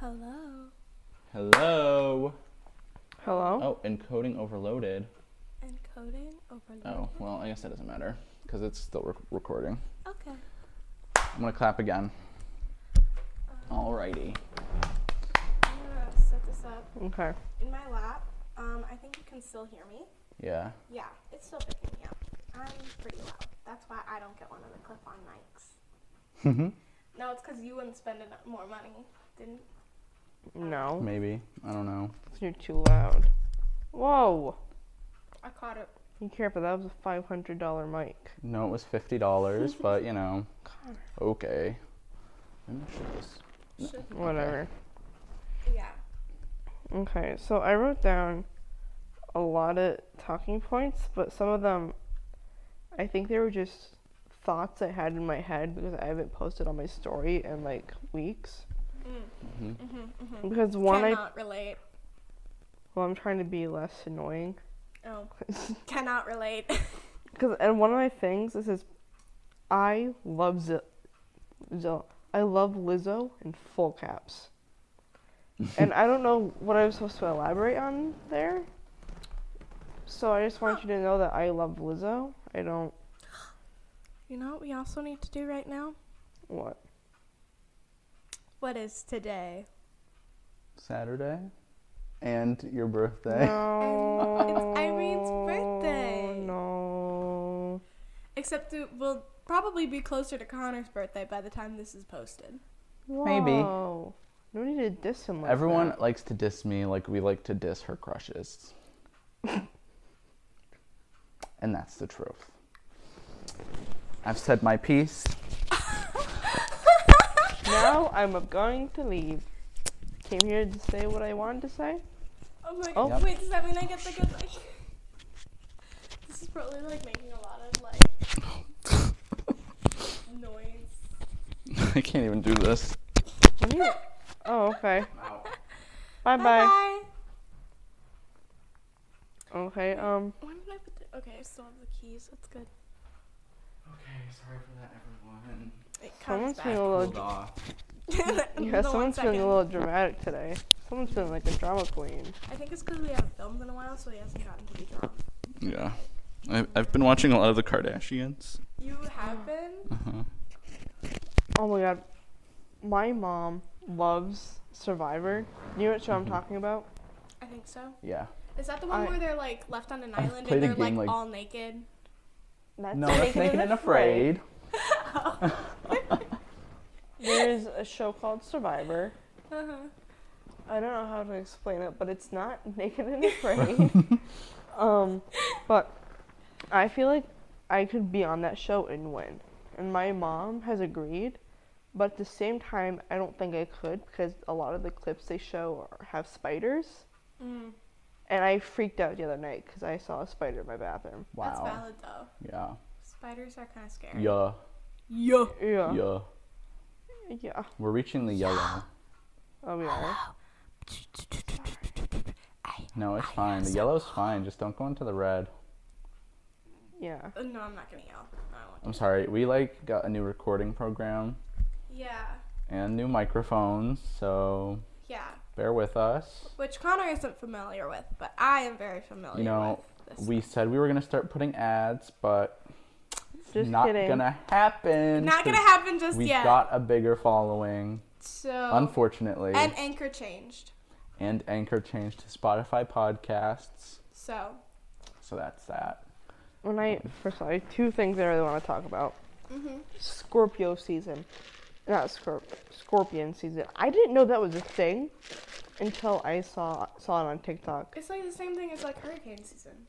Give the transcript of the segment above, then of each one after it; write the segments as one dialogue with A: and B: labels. A: Hello.
B: Hello.
C: Hello?
B: Oh, encoding overloaded.
A: Encoding overloaded.
B: Oh, well, I guess that doesn't matter because it's still rec- recording.
A: Okay.
B: I'm gonna clap again. Alrighty.
A: I'm gonna set this up
C: Okay.
A: in my lap. Um, I think you can still hear me.
B: Yeah.
A: Yeah, it's still picking me up. I'm pretty loud. That's why I don't get one of the clip-on mics. No, it's because you wouldn't spend en- more money. Didn't?
C: No.
B: Maybe. I don't know.
C: You're too loud. Whoa.
A: I caught it.
C: Be careful. That was a $500 mic.
B: No, it was fifty dollars, but you know,
C: Connor.
B: okay. Let me shoot this.
C: Whatever.
A: Yeah.
C: Okay, so I wrote down a lot of talking points, but some of them, I think they were just thoughts I had in my head because I haven't posted on my story in like weeks. Because one, I.
A: Cannot relate.
C: Well, I'm trying to be less annoying.
A: Oh. Cannot relate.
C: Because and one of my things is is I love Z- Z- I love Lizzo in full caps. and I don't know what I'm supposed to elaborate on there. So I just want you to know that I love Lizzo. I don't
A: you know what we also need to do right now?
C: what
A: What is today?
B: Saturday, and your birthday.
C: no.
A: It's Irene's birthday.
C: No.
A: Except it will probably be closer to Connor's birthday by the time this is posted.
B: Maybe.
C: Whoa. No need to diss him like
B: Everyone
C: that.
B: likes to diss me like we like to diss her crushes. and that's the truth. I've said my piece.
C: Now I'm going to leave. Came here to say what I wanted to say.
A: Oh my
C: Oh.
A: god.
B: Yep.
A: Wait, does that mean I get the good like This is probably like making a lot of like noise.
B: I can't even do this.
C: What do you- Oh, okay. Bye bye.
A: Bye.
C: Okay, um,
A: When did I put the okay, I still have the keys, that's good.
B: Okay, sorry for that, everyone.
A: It comes
C: someone's feeling a
A: back.
C: little.
B: off.
A: The one
C: Yeah, someone's feeling
A: second.
C: a little dramatic today. Someone's feeling like a drama queen.
A: I think it's because we haven't filmed in a while, so he hasn't gotten to be drunk.
B: Yeah. I've, I've been watching a lot of the Kardashians. Uh-huh.
A: You have been?
C: Oh my god. My mom loves Survivor. You know what show I'm
B: Mm-hmm.
C: talking about?
A: I think so.
B: Yeah.
A: Is that the one
C: I-
A: where they're like left on an
B: I've
A: island
B: played
A: and
B: a
A: they're like,
B: game, like-
A: all naked?
C: That's
B: No, that's Naked and Afraid.
A: Uh-huh.
C: There's a show called Survivor.
A: Uh-huh.
C: I don't know how to explain it, but it's not naked and afraid. um, but I feel like I could be on that show and win. And my mom has agreed, but at the same time, I don't think I could because a lot of the clips they show are, have spiders.
A: Mm.
C: And I freaked out the other night because I saw a spider in my bathroom.
A: That's
B: Wow.
A: valid though.
B: Yeah.
A: Spiders are kind of scary.
B: Yeah.
A: Yeah.
C: Yeah. Yeah.
B: Yeah. We're reaching the yellow.
C: Oh, we are.
B: No, it's fine. The yellow's fine. Just don't go into the red.
C: Yeah.
A: Uh, No, I'm not gonna yell. No, I won't.
B: I'm sorry. We like got a new recording program
A: Yeah,
B: and new microphones, so
A: yeah.
B: bear with us.
A: Which Connor isn't familiar with, but I am very familiar
B: You know,
A: with. This.
B: we said we were gonna start putting ads, but
C: Just
B: not
C: kidding.
B: gonna happen.
A: not gonna
B: 'cause
A: happen just
B: We
A: yet.
B: got a bigger following,
A: so
B: unfortunately,
A: and anchor changed.
B: and Anchor changed to Spotify podcasts.
A: So
B: So that's that.
C: When I first all, I have two things I really want to talk about. Scorpio season, not Scorp- Scorpion season. I didn't know that was a thing until I saw saw it on TikTok.
A: it's like the same thing as like hurricane season.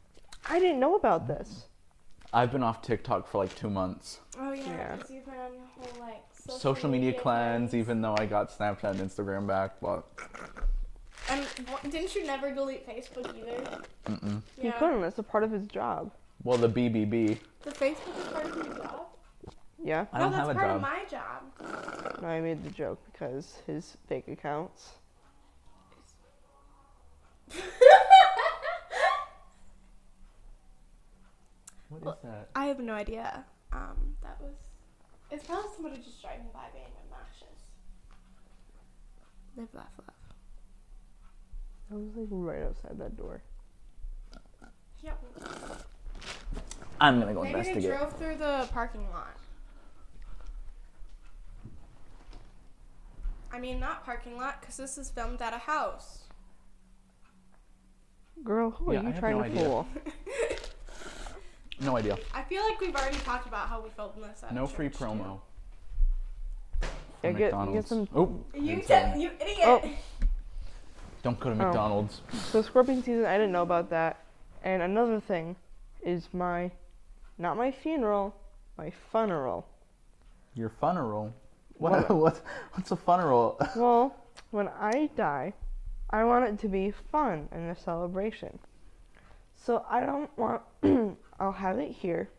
C: I didn't know about this.
B: I've been off TikTok for like two months.
A: Oh yeah,
C: Yeah.
A: because you've been on your whole like social,
B: Social media cleanse,
A: thing.
B: even though I got Snapchat and Instagram back, but
A: And wha- didn't you never delete Facebook either? Mm-mm.
C: He
A: Yeah.
C: couldn't. That's a part of his job.
B: well, the BBB.
A: The Facebook is part of your job.
C: Yeah,
B: I
A: no,
B: don't
A: Oh, that's
B: have a
A: part
B: job.
A: of my job.
C: no, I made the joke because his fake accounts.
B: What is
A: Well-
B: that?
A: I have no idea. Um, that was. It's probably somebody just driving by being obnoxious. Live, laugh, love.
C: I was like right outside that door.
A: Yep.
B: I'm gonna go
A: Maybe they
B: investigate.
A: drove through the parking lot. I mean, not parking lot, because this is filmed at a house.
C: Girl, who
B: Yeah,
C: are
B: I
C: you
B: have
C: trying
B: no
C: to
B: idea.
C: fool?
B: No idea.
A: I feel like we've already talked about how we filmed this. At
B: No
A: a
B: free
A: church, too.
B: promo. From
C: Yeah, get-
B: McDonald's.
C: get some-
B: Oh, I
A: You
B: didn't say
A: said
B: that.
A: you idiot.
C: Oh.
B: Don't go to
C: Oh.
B: McDonald's.
C: So scorpion season, I didn't know about that. And another thing is my, not my funeral, my funeral.
B: Your funeral. What?
C: What?
B: What's what's a funeral?
C: Well, when I die, I want it to be fun and a celebration. So I don't want, I'll have it here.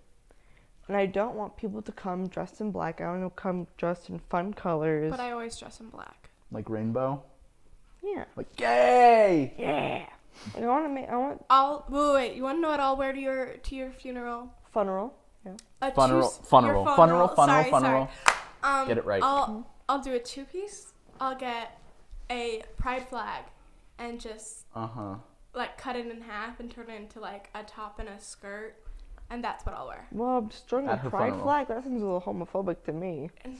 C: And I don't want people to come dressed in black. I want to come dressed in fun colors.
A: But I always dress in black.
B: like rainbow?
C: yeah.
B: Like yay!
C: Yeah. Like, I want to make, I want
A: I'll wait. wait you want to know what I'll wear to your to your funeral?
C: funeral. Yeah.
A: A
B: Funeral,
A: two-
B: funeral,
A: your
B: funeral, funeral,
A: Sorry,
B: funeral.
A: sorry. Um,
B: Get it right.
A: I'll I'll do a two piece. I'll get a pride flag, and just
B: Uh huh.
A: like cut it in half and turn it into like a top and a skirt, and that's what I'll wear.
C: Well, I'm strung a
B: At her
C: pride
B: funeral.
C: flag. That sounds a little homophobic to me.
A: And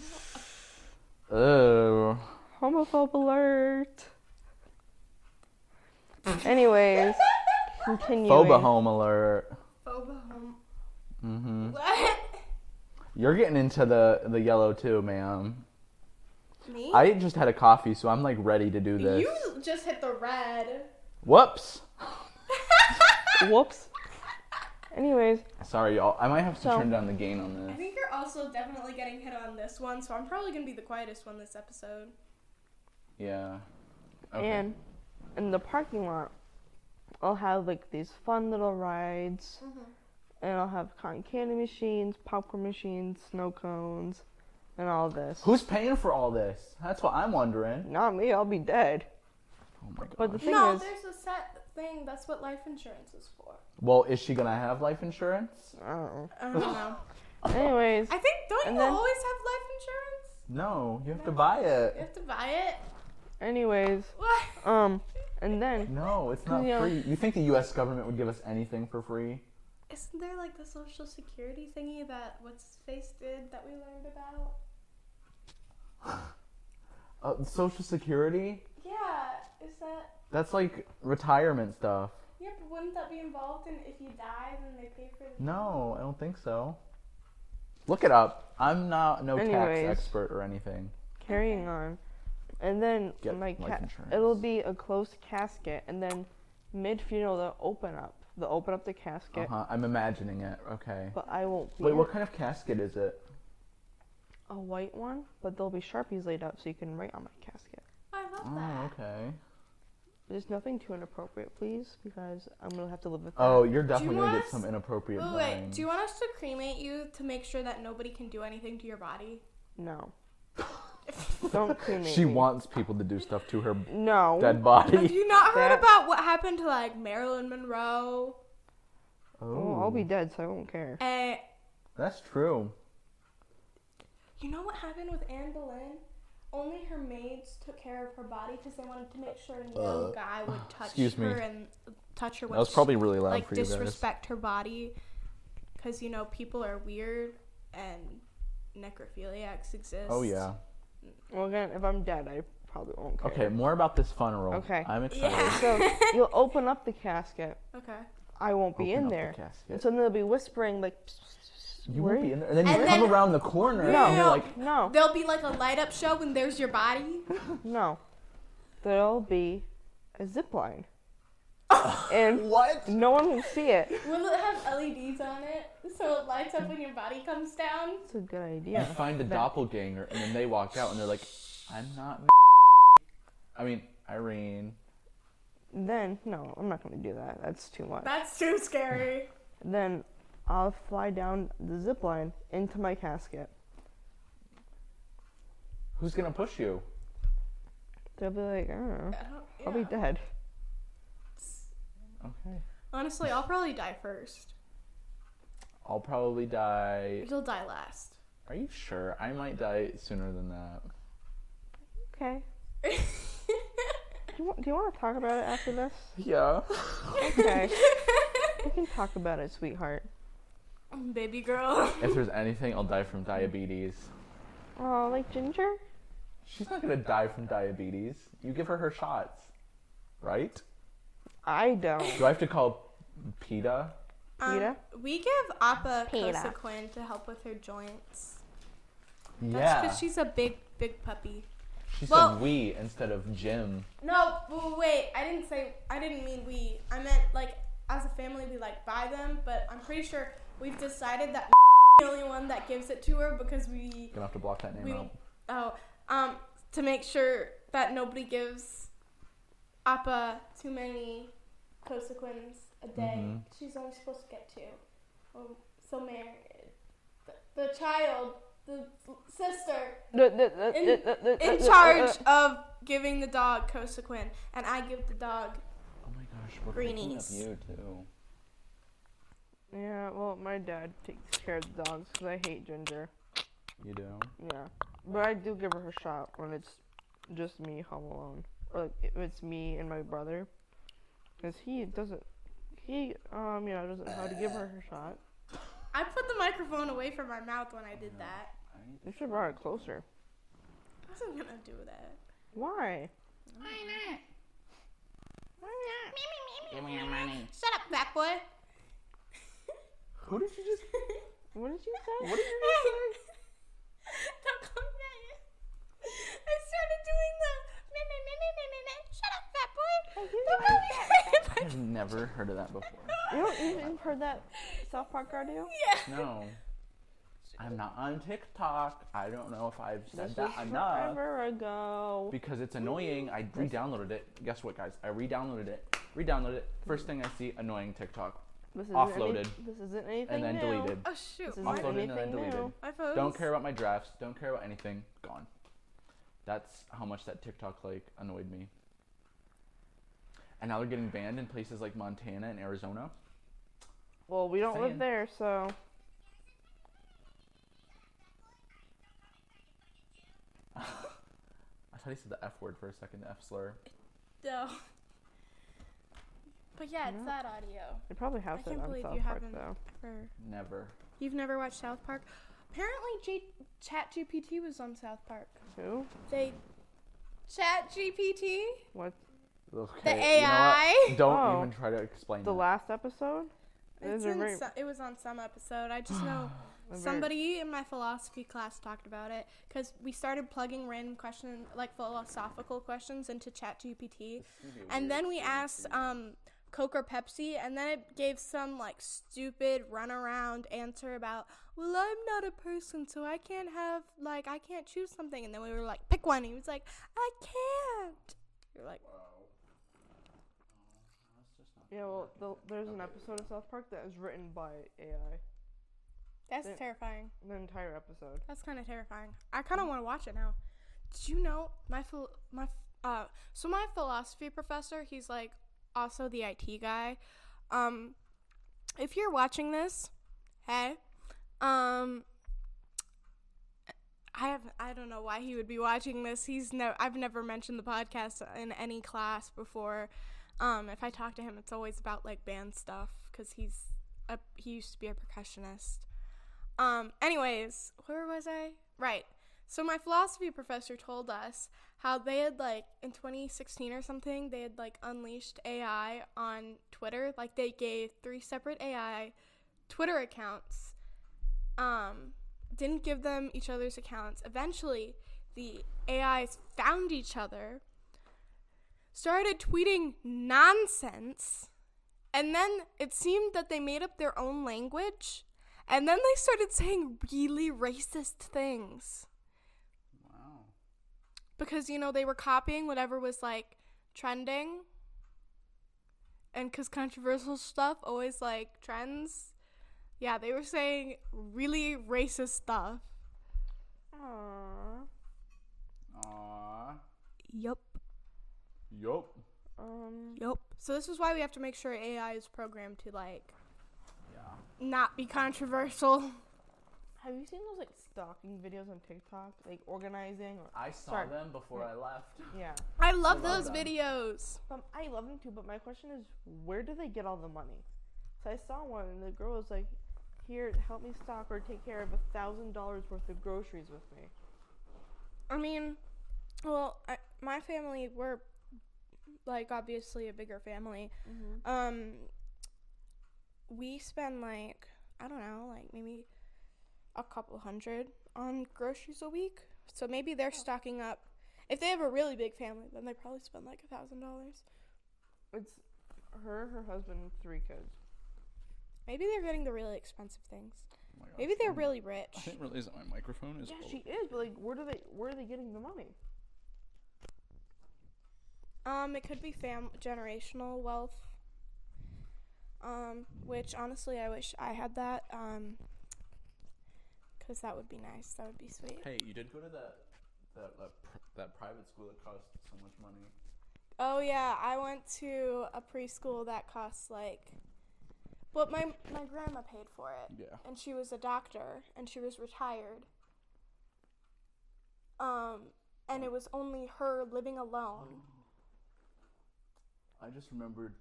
B: Oh.
C: Homophobe alert. Anyways, continuing.
B: Phoba home alert.
A: Boba home.
B: Mm-hmm.
A: What?
B: You're getting into the the yellow too, ma'am.
A: Me?
B: I just had a coffee, so I'm like ready to do this.
A: you just hit the red.
B: Whoops.
C: Whoops. Anyways,
B: Sorry, y'all. I might have to
C: So-
B: turn down the gain on
A: I
B: this.
A: think you're also definitely getting hit on this one, so I'm probably gonna be the quietest one this episode.
B: Yeah. Okay.
C: and in the parking lot, I'll have like these fun little rides,
B: Mm-hmm.
C: and I'll have cotton candy machines, popcorn machines, snow cones, and all this.
B: Who's paying for all this? That's what I'm wondering.
C: Not me. I'll be dead.
B: Oh my god.
C: But the thing
A: no,
C: is,
A: there's a set thing. That's what life insurance is for.
B: Well, is she gonna have life insurance?
C: I
B: Oh.
C: don't know.
A: I don't know.
C: Anyways,
A: I think don't
C: And
A: you
C: then-
A: always have life insurance?
B: No, you have to buy it.
A: You have to buy it.
C: anyways,
A: What?
C: um, and then
B: No, it's not
C: Yeah.
B: free. You think the U.S. government would give us anything for free?
A: Isn't there like the social security thingy that what's his face did that we learned about?
B: Uh, Social Security?
A: Yeah, is that
B: That's like retirement stuff.
A: yeah? But wouldn't that be involved in if you die, then they pay for the
B: No, I don't think so. Look it up. I'm not no
C: Anyways.
B: tax expert or anything.
C: carrying on. And then
B: Get
C: my
B: life
C: ca-
B: insurance.
C: it'll be a closed casket, and then mid funeral they'll open up. They'll open up the casket,
B: Uh-huh. I'm imagining it. Okay.
C: but I won't be
B: Wait,
C: in
B: what
C: it.
B: kind of casket is it?
C: a white one. But there'll be sharpies laid out so you can write on my casket.
A: I love that.
B: Oh, okay.
C: There's nothing too inappropriate, please, because I'm gonna have to live with that.
B: Oh, you're definitely gonna
A: want
B: get
A: us-
B: some inappropriate
A: Wait, wait,
B: lines.
A: do you want us to cremate you to make sure that nobody can do anything to your body?
C: no. Don't cremate
B: She
C: me.
B: wants people to do stuff to her b-
C: no.
B: dead
A: Have
B: body.
A: you not heard
C: That-
A: about what happened to like Marilyn Monroe?
C: Oh, I'll be dead, so I won't care.
A: And
B: That's true.
A: you know what happened with Anne Boleyn? Only her maids took care of her body because they wanted to make sure no
B: Uh,
A: guy would touch
B: excuse me.
A: her and touch her.
B: That
A: when
B: was
A: she-
B: probably really loud
A: like
B: for you guys.
A: disrespect her body because you know people are weird and necrophiliacs exist
B: Oh yeah.
C: Well, again, if I'm dead, I probably won't care.
B: Okay, more about this funeral.
C: Okay.
B: I'm excited.
A: Yeah.
C: So you'll open up the casket.
A: okay
C: I won't be
B: Open
C: in
B: up the
C: there. and
B: casket.
C: so then they'll be whispering like.
B: You
C: where
B: won't be in there. And then you
A: And
B: come
A: then-
B: around the corner
A: No.
B: and you're like,
C: No,
A: there'll be like a light up show and there's your body
C: no. There'll be a zip line. and
B: what?
C: no one will see it.
A: will it have leds on it so it lights up when your body comes down
C: It's a good
B: You
C: idea.
B: find a doppelganger and then they walk out and they're like, I'm not. I mean, Irene.
C: Then, no, I'm not going to do that. That's too much.
A: that's too scary
C: Then I'll fly down the zip line into my casket.
B: Who's gonna push you?
C: They'll be like, "Oh, I don't know.
A: I don't-
C: I'll be
A: yeah.
C: dead.
B: Okay.
A: honestly i'll probably die first
B: I'll probably die.
A: you'll die last
B: Are you sure? I might die sooner than that.
C: Okay. you want, do you want to talk about it after this?
B: Yeah.
C: Okay. we can talk about it, sweetheart.
A: Baby girl.
B: If there's anything, I'll die from diabetes.
C: Oh, like Ginger?
B: She's not gonna die from diabetes. You give her her shots, right?
C: I don't.
B: Do I have to call PETA?
C: Peta?
A: Um, we give Appa
C: Peta.
A: Cosequin to help with her joints. That's
B: Yeah.
A: because she's a big, big puppy.
B: she
A: well-
B: said we instead of Jim.
A: No, w- wait. I didn't say. I didn't mean we. I meant like as a family, we like buy them. But I'm pretty sure we've decided that the only one that gives it to her because we.
B: Gonna have to block that name
A: We-
B: out.
A: Oh, um, to make sure that nobody gives Appa too many consequences a day.
D: Mm-hmm.
B: Mhm.
A: She's only supposed to get two. Um, so Mary, the, the child, the sister, In- in
C: uh,
A: charge of giving the dog Cosequin, and I give the dog.
B: Oh my gosh, we're picking up
A: Greenies.
B: you too.
C: Yeah, well, my dad takes care of the dogs because I hate Ginger.
B: You do.
C: Yeah. But I do give her a shot when it's just me home alone. Or like, if it's me and my brother. Because he doesn't. He, um, you know, doesn't know how to give her her shot.
A: I put the microphone away from my mouth when I did that.
C: You should have brought it closer.
A: I wasn't gonna do that.
C: Why?
D: Give me your money.
A: Shut up, fat boy.
B: Who did you just?
C: What did you say?
A: What did you Don't come back. I started doing the meh, meh, meh, meh, meh, meh, meh. Shut up, fat boy. Don't call me fat.
B: I've never heard of that before.
C: You don't even heard that South Park audio?
A: Yeah.
B: No. I'm not on TikTok. I don't know if I've
C: This
B: said
C: is
B: that enough
C: forever ago.
B: because it's annoying. I re-downloaded it. Guess what, guys? I re-downloaded it. Re-downloaded it. First thing I see, annoying TikTok,
C: This isn't
B: Offloaded.
C: Any, this isn't anything
B: and then
C: new.
B: deleted.
A: Oh
C: This
A: shoot.
C: isn't
A: My,
B: Offloaded and then
C: anything
B: deleted.
C: new.
A: my phone's
B: Don't care about my drafts. Don't care about anything. Gone. That's how much that TikTok like annoyed me. And now they're getting banned in places like Montana and Arizona.
C: Well, we don't
B: Saying.
C: live there, so
B: I thought he said the F word for a second, the F slur.
A: No. But yeah, it's that audio.
C: they probably
A: I
C: have that
A: can't
C: on
A: believe
C: South
A: you
C: Park,
A: haven't
C: though.
A: ever.
B: Never.
A: You've never watched South Park? Apparently, G- Chat GPT was on South Park.
C: Who?
A: They. Chat GPT?
C: What?
B: Okay,
A: AI?
B: You know what? Don't
C: Oh.
B: even try to explain
C: The
B: that.
C: last episode?
A: It's
C: Those are
A: in
C: very-
A: so- it was on some episode. I just know
C: very-
A: somebody in my philosophy class talked about it because we started plugging random question, like philosophical questions, into Chat GPT, and then we asked um, Coke or Pepsi, and then it gave some like stupid runaround answer about, well, I'm not a person, so I can't have like I can't choose something, and then we were like, pick one. And he was like, I can't. You're like,
C: Yeah, well, the, there's an episode of South Park that is written by AI.
A: that's
C: Then-
A: terrifying.
C: An entire episode.
A: That's kind of terrifying. I kind of want to watch it now. Did you know my phil- my f- uh so my philosophy professor, he's like also the IT guy. Um if you're watching this, hey, um I have I don't know why he would be watching this. He's no I've never mentioned the podcast in any class before. Um if I talk to him, it's always about like band stuff cuz he's a, he used to be a percussionist. Um, anyways, where was I? Right. So my philosophy professor told us how they had like in 2016 or something, they had like unleashed AI on Twitter. Like they gave three separate AI Twitter accounts. Um, didn't give them each other's accounts. Eventually, the AIs found each other, started tweeting nonsense, and then it seemed that they made up their own language. And then they started saying really racist things
B: Wow.
A: because you know they were copying whatever was like trending. And cuz controversial stuff always like trends. Yeah, they were saying really racist stuff.
C: Aww.
B: Aww.
A: Yup.
B: Yup.
C: Um.
A: Yup. So this is why we have to make sure AI is programmed to like
B: Yeah.
A: not be controversial.
C: Have you seen those like stocking videos on TikTok, like organizing? Or,
B: I saw
C: Sorry.
B: them before I left. Oh
C: yeah,
A: I love
B: love
A: those
B: them.
A: videos.
C: um, I love them too. But my question is, where do they get all the money? So I saw one, and the girl was like, "Here, help me stock or take care of a thousand dollars worth of groceries with me."
A: I mean, well, I, my family we're like obviously a bigger family.
C: Mm-hmm.
A: Um, we spend like I don't know, like maybe a couple hundred on groceries a week. So maybe they're stocking up. If they have a really big family, then they probably spend like a thousand dollars.
C: It's her, her husband, and three kids.
A: Maybe they're getting the really expensive things.
B: Oh my gosh.
A: Maybe they're really
B: I
A: rich.
B: didn't realize that my microphone is.
C: Yeah,
B: full.
C: she is, but like, where do they, where are they getting the money?
A: Um, it could be fam generational wealth. Um, which honestly, I wish I had that. Um, cause that would be nice. That would be sweet.
B: Hey, you did go to that that that, pr- that private school that cost so much money.
A: Oh yeah, I went to a preschool that costs like, but my my grandma paid for it,
B: Yeah.
A: and she was a doctor, and she was retired. Um, and it was only her living alone.
B: I just remembered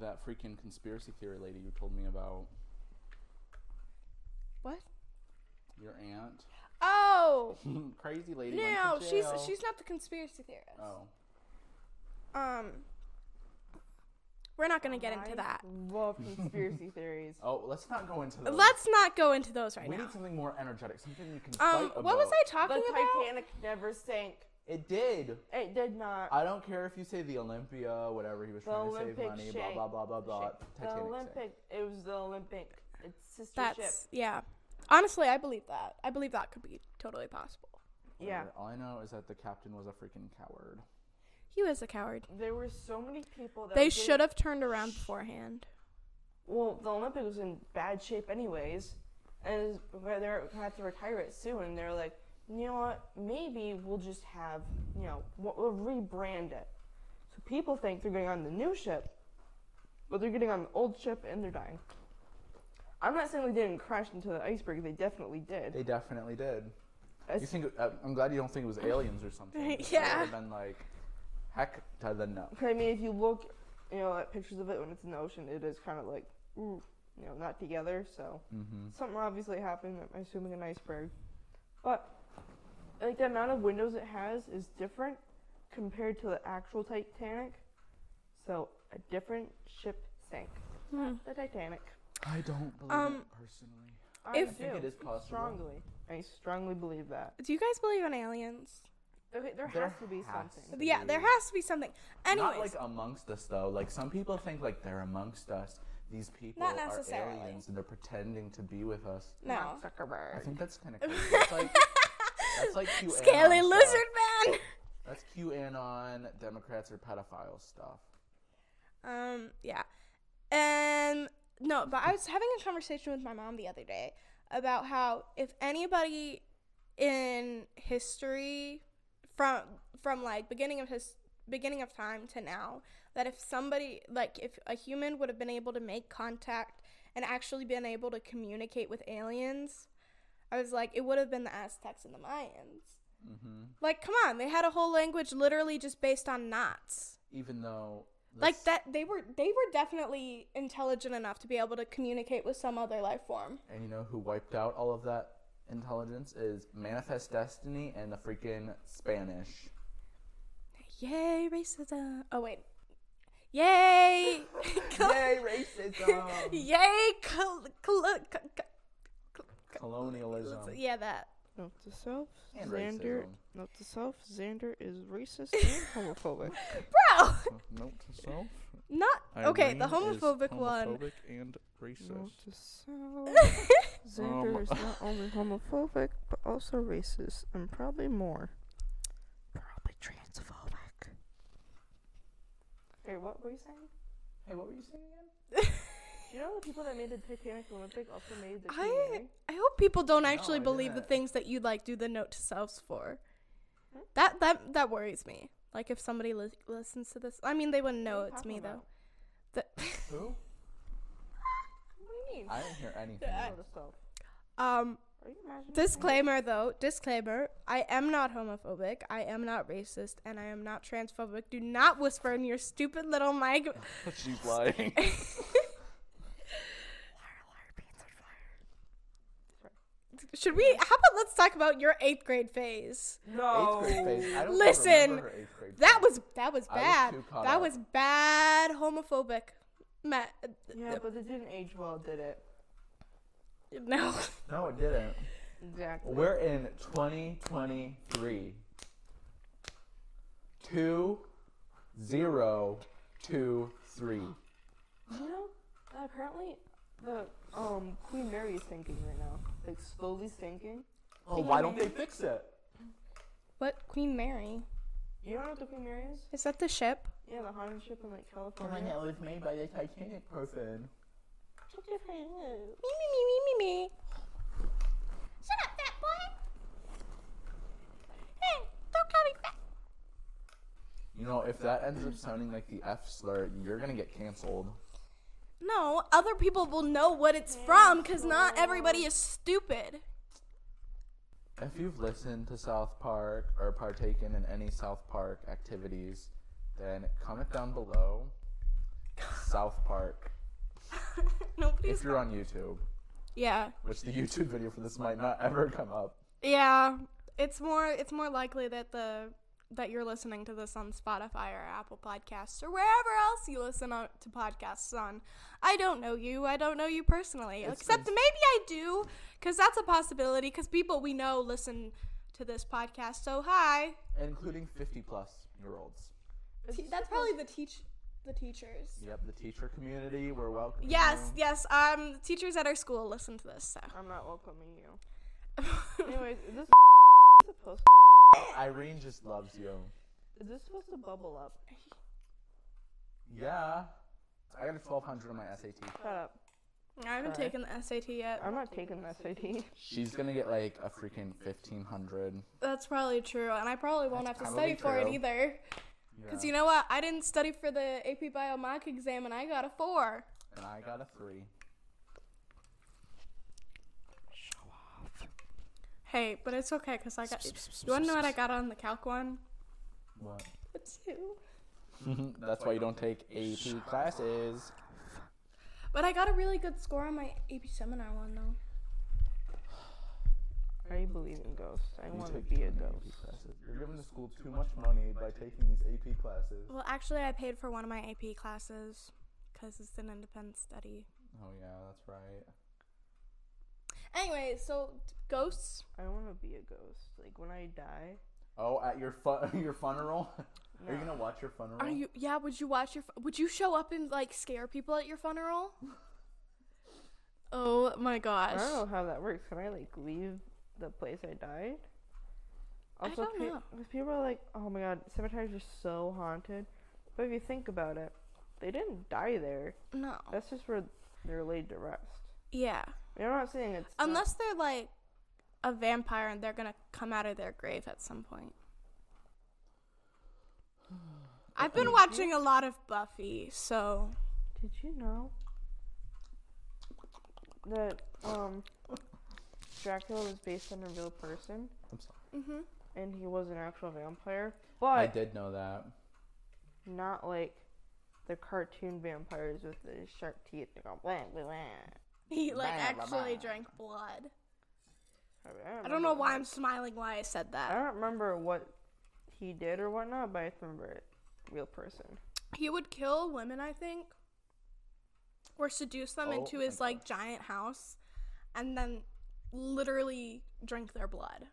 B: that freaking conspiracy theory lady you told me about.
A: What?
B: Your aunt,
A: Oh
B: crazy lady. went to
A: no, she's
B: jail.
A: she's not the conspiracy theorist.
B: Oh,
A: Um, we're not gonna get
C: I
A: into that.
C: Love conspiracy theories.
B: oh, let's not go into those.
A: Let's not go into those right
B: We
A: now.
B: need something more energetic, something you can
A: Um,
B: fight
A: what was
B: about.
A: I
C: The
A: talking about?
C: Titanic never sank.
B: It did.
C: It did not.
B: I don't care if you say the Olympia, whatever he was
C: the
B: trying to
C: Olympic
B: save money,
C: shake.
B: blah blah blah blah blah.
C: shake. The
B: Titanic sank.
C: Olympic. It was the Olympic. It's sister
A: That's
C: ship.
A: yeah. Honestly, I believe that. I believe that could be totally possible.
C: Yeah.
B: All I know is that the captain was a freaking coward.
A: He was a coward.
C: There were so many people that
A: They
C: didn't-
A: should have turned around beforehand.
C: Well, the Olympic was in bad shape anyways, and it was- they were gonna have to retire it soon. And they're like, you know what? Maybe we'll just have you know we'll, we'll rebrand it. So people think they're getting on the new ship, but they're getting on the old ship and they're dying. I'm not saying they didn't crash into the iceberg. They definitely did.
B: They definitely did. You
C: It's-
B: think? Uh, I'm glad you don't think it was aliens or something.
A: Right,
B: 'cause that
A: yeah.
B: would've been like, heck to the no.
C: I mean, if you look, you know, at pictures of it when it's in the ocean, it is kind of like, ooh, you know, not together. So
B: Mm-hmm.
C: something obviously happened. I'm assuming an iceberg, but like the amount of windows it has is different compared to the actual Titanic. So a different ship sank. Not the Titanic.
B: I don't believe
A: Um,
B: it personally.
C: I
A: If-
C: do
B: I think it is possible.
C: strongly, I strongly believe that.
A: Do you guys believe in aliens?
C: Okay, there,
B: There
C: has to be
B: has
C: something.
B: to
A: Yeah,
B: be.
A: there has to be something.
B: Not
A: Anyways,
B: like amongst us though. Like some people think like they're amongst us. These people
A: Not
B: are
A: necessarily.
B: aliens and they're pretending to be with us.
A: no.
B: I
C: Zuckerberg.
B: think that's kind of crazy. That's like, that's like QAnon
A: Scaly
B: stuff.
A: lizard man.
B: That's QAnon Democrats or pedophile stuff.
A: Um, yeah. And no, but I was having a conversation with my mom the other day about how if anybody in history from from like beginning of his beginning of time to now that if somebody like if a human would have been able to make contact and actually been able to communicate with aliens i was like it would have been the aztecs and the mayans like come on they had a whole language literally just based on knots
B: Even though the
A: like that they were they were definitely intelligent enough to be able to communicate with some other life form
B: And you know who wiped out all of that intelligence is Manifest Destiny and the freaking Spanish.
A: yay racism oh wait yay
B: Yay, racism!
A: yay col- col- co- co- co-
B: Colonialism.
A: yeah that
C: Note to self,
B: And
C: Xander.
B: racism.
C: Note to self, Xander is racist and homophobic.
A: bro
B: Note to self.
A: not okay the homophobic, one
B: Homophobic and
C: Note
B: racist.
C: to self, Xander
A: Um,
C: is not only homophobic but also racist and probably more. Probably transphobic. Wait, what were you saying?
B: Hey, what were you saying again?
C: You know the people that made the Titanic Olympic also made the
A: i i hope people don't actually
B: I
A: believe the
B: didn't.
A: things that you like do the note to selves for that that that worries me like if somebody li- listens to this i mean they wouldn't know it's me though The-
B: Who?
C: What do you mean?
B: I didn't hear anything.
C: Note to self.
A: Um,
C: Are you imagining?
A: Disclaimer though, disclaimer, I am not homophobic, I am not racist, and I am not transphobic. Do not whisper in your stupid little mic.
B: She's lying.
A: Should we how about let's talk about your eighth grade phase?
B: Eighth grade phase. I don't ever
A: Oh, Listen,
B: remember her eighth grade
A: That
B: phase.
A: was that was
B: I was
A: bad.
B: too caught
A: that
B: up.
A: was bad homophobic. Ma-
C: Yeah, but it didn't age well, did it?
A: no.
B: No, it didn't.
C: Exactly.
B: We're in 2023. Two, zero, two, three.
C: You know, apparently the um Queen Mary is sinking right now. Like slowly sinking.
B: Oh, why don't they fix it?
A: What Queen Mary?
C: You don't know what the Queen Mary is?
A: Is that the ship?
C: Yeah, the haunted ship in like California.
B: was made by the Titanic person.
A: Me me me me me me.
D: Shut up, fat boy. Hey, don't call me fat.
B: You know, if that ends up sounding like the F slur, you're gonna get canceled.
A: No, other people will know what it's from because not everybody is stupid.
B: If you've listened to South Park or partaken in any South Park activities, then comment down below South Park if
A: Nobody's.
B: you're on YouTube,
A: Yeah,
B: which the YouTube video for this might not ever come up.
A: yeah. It's more. It's more likely that the that you're listening to this on Spotify or Apple Podcasts or wherever else you listen on, to podcasts on. I don't know you. I don't know you personally.
B: It's-
A: Except
B: it's-
A: maybe I do, because that's a possibility. Because people we know listen to this podcast. So hi.
B: including 50 plus year olds.
A: Te- that's probably the teach the teachers.
B: Yep, the teacher community, we're welcome.
A: Yes, yes. Um, teachers at our school listen to this.
C: I'm not welcoming you.
A: So.
C: Anyways, is this supposed
B: Irene just loves you.
C: is this supposed to bubble up?
B: Yeah. I got a 1200 on my SAT.
C: Shut up.
A: I haven't
C: Sorry.
A: taken the SAT yet.
C: I'm not taking the SAT.
B: She's gonna get like a freaking 1500.
A: That's probably true, and I probably won't
B: That's
A: have to study for
B: probably
A: it
B: true.
A: either. Because you know what? I didn't study for the AP Bio mock exam, and I got a four.
B: And I got a 3.
A: Hey, but it's okay, because I got. You want to know what I got on the calc one?
B: What?
A: A two.
B: That's why you don't take AP classes.
A: But I got a really good score on my AP seminar one, though.
C: I believe in ghosts. I
B: You
C: want to
B: take
C: be a
B: too many
C: ghost.
B: AP classes. You're giving the school too much money by taking these AP classes.
A: Well, actually, I paid for one of my AP classes because it's an independent study.
B: Oh yeah, that's right.
A: Anyway, so ghosts.
C: I want to be a ghost. Like when I die.
B: Oh, at your fu- your funeral? Are you gonna watch your funeral?
A: Are you? Yeah. Would you watch your? fu- Would you show up and like scare people at your funeral? oh my
C: I
A: gosh.
C: don't know how that works. Can I like leave the place I died?
A: I don't
C: pe-
A: know.
C: 'cause people are like, "Oh my god, cemeteries are so haunted," but if you think about it, they didn't die there.
A: No.
C: That's just where they're laid to rest.
A: Yeah.
C: I mean, I'm not saying it's not-
A: Unless they're like a vampire and they're gonna come out of their grave at some point. I've
B: Mm-hmm.
A: been watching a lot of Buffy, so
C: Did you know that um, Dracula was based on a real person
B: I'm sorry.
A: Mm-hmm.
C: and he was an actual vampire,
B: I
C: but
B: did know that.
C: not like the cartoon vampires with the sharp teeth. They go blah blah blah.
A: he like
B: Blah, blah,
A: actually
B: blah.
A: drank blood.
C: I
A: I don't know why I'm smiling. Why I said
C: I
A: that.
C: don't remember what he did or whatnot, but I just remember it. Real person.
A: He would kill women, I think, or seduce them
B: Oh
A: into
B: my
A: his like giant house, and then literally drink their blood.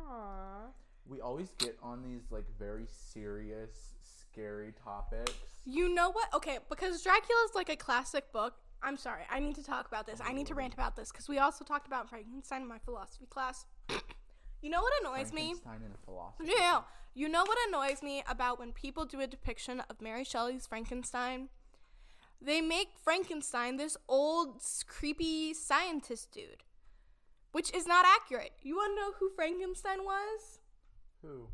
C: Aww.
B: We always get on these like very serious, scary topics.
A: You know what? Okay, because Dracula's like a classic book. I'm sorry, I need to talk about this. I need to rant about this because we also talked about Frankenstein in my philosophy class. you know what annoys me?
B: Frankenstein and philosophy.
A: No, no, no. You know what annoys me about when people do a depiction of Mary Shelley's Frankenstein? They make Frankenstein this old, s- creepy scientist dude, which is not accurate. You want to know who Frankenstein was?
B: Who?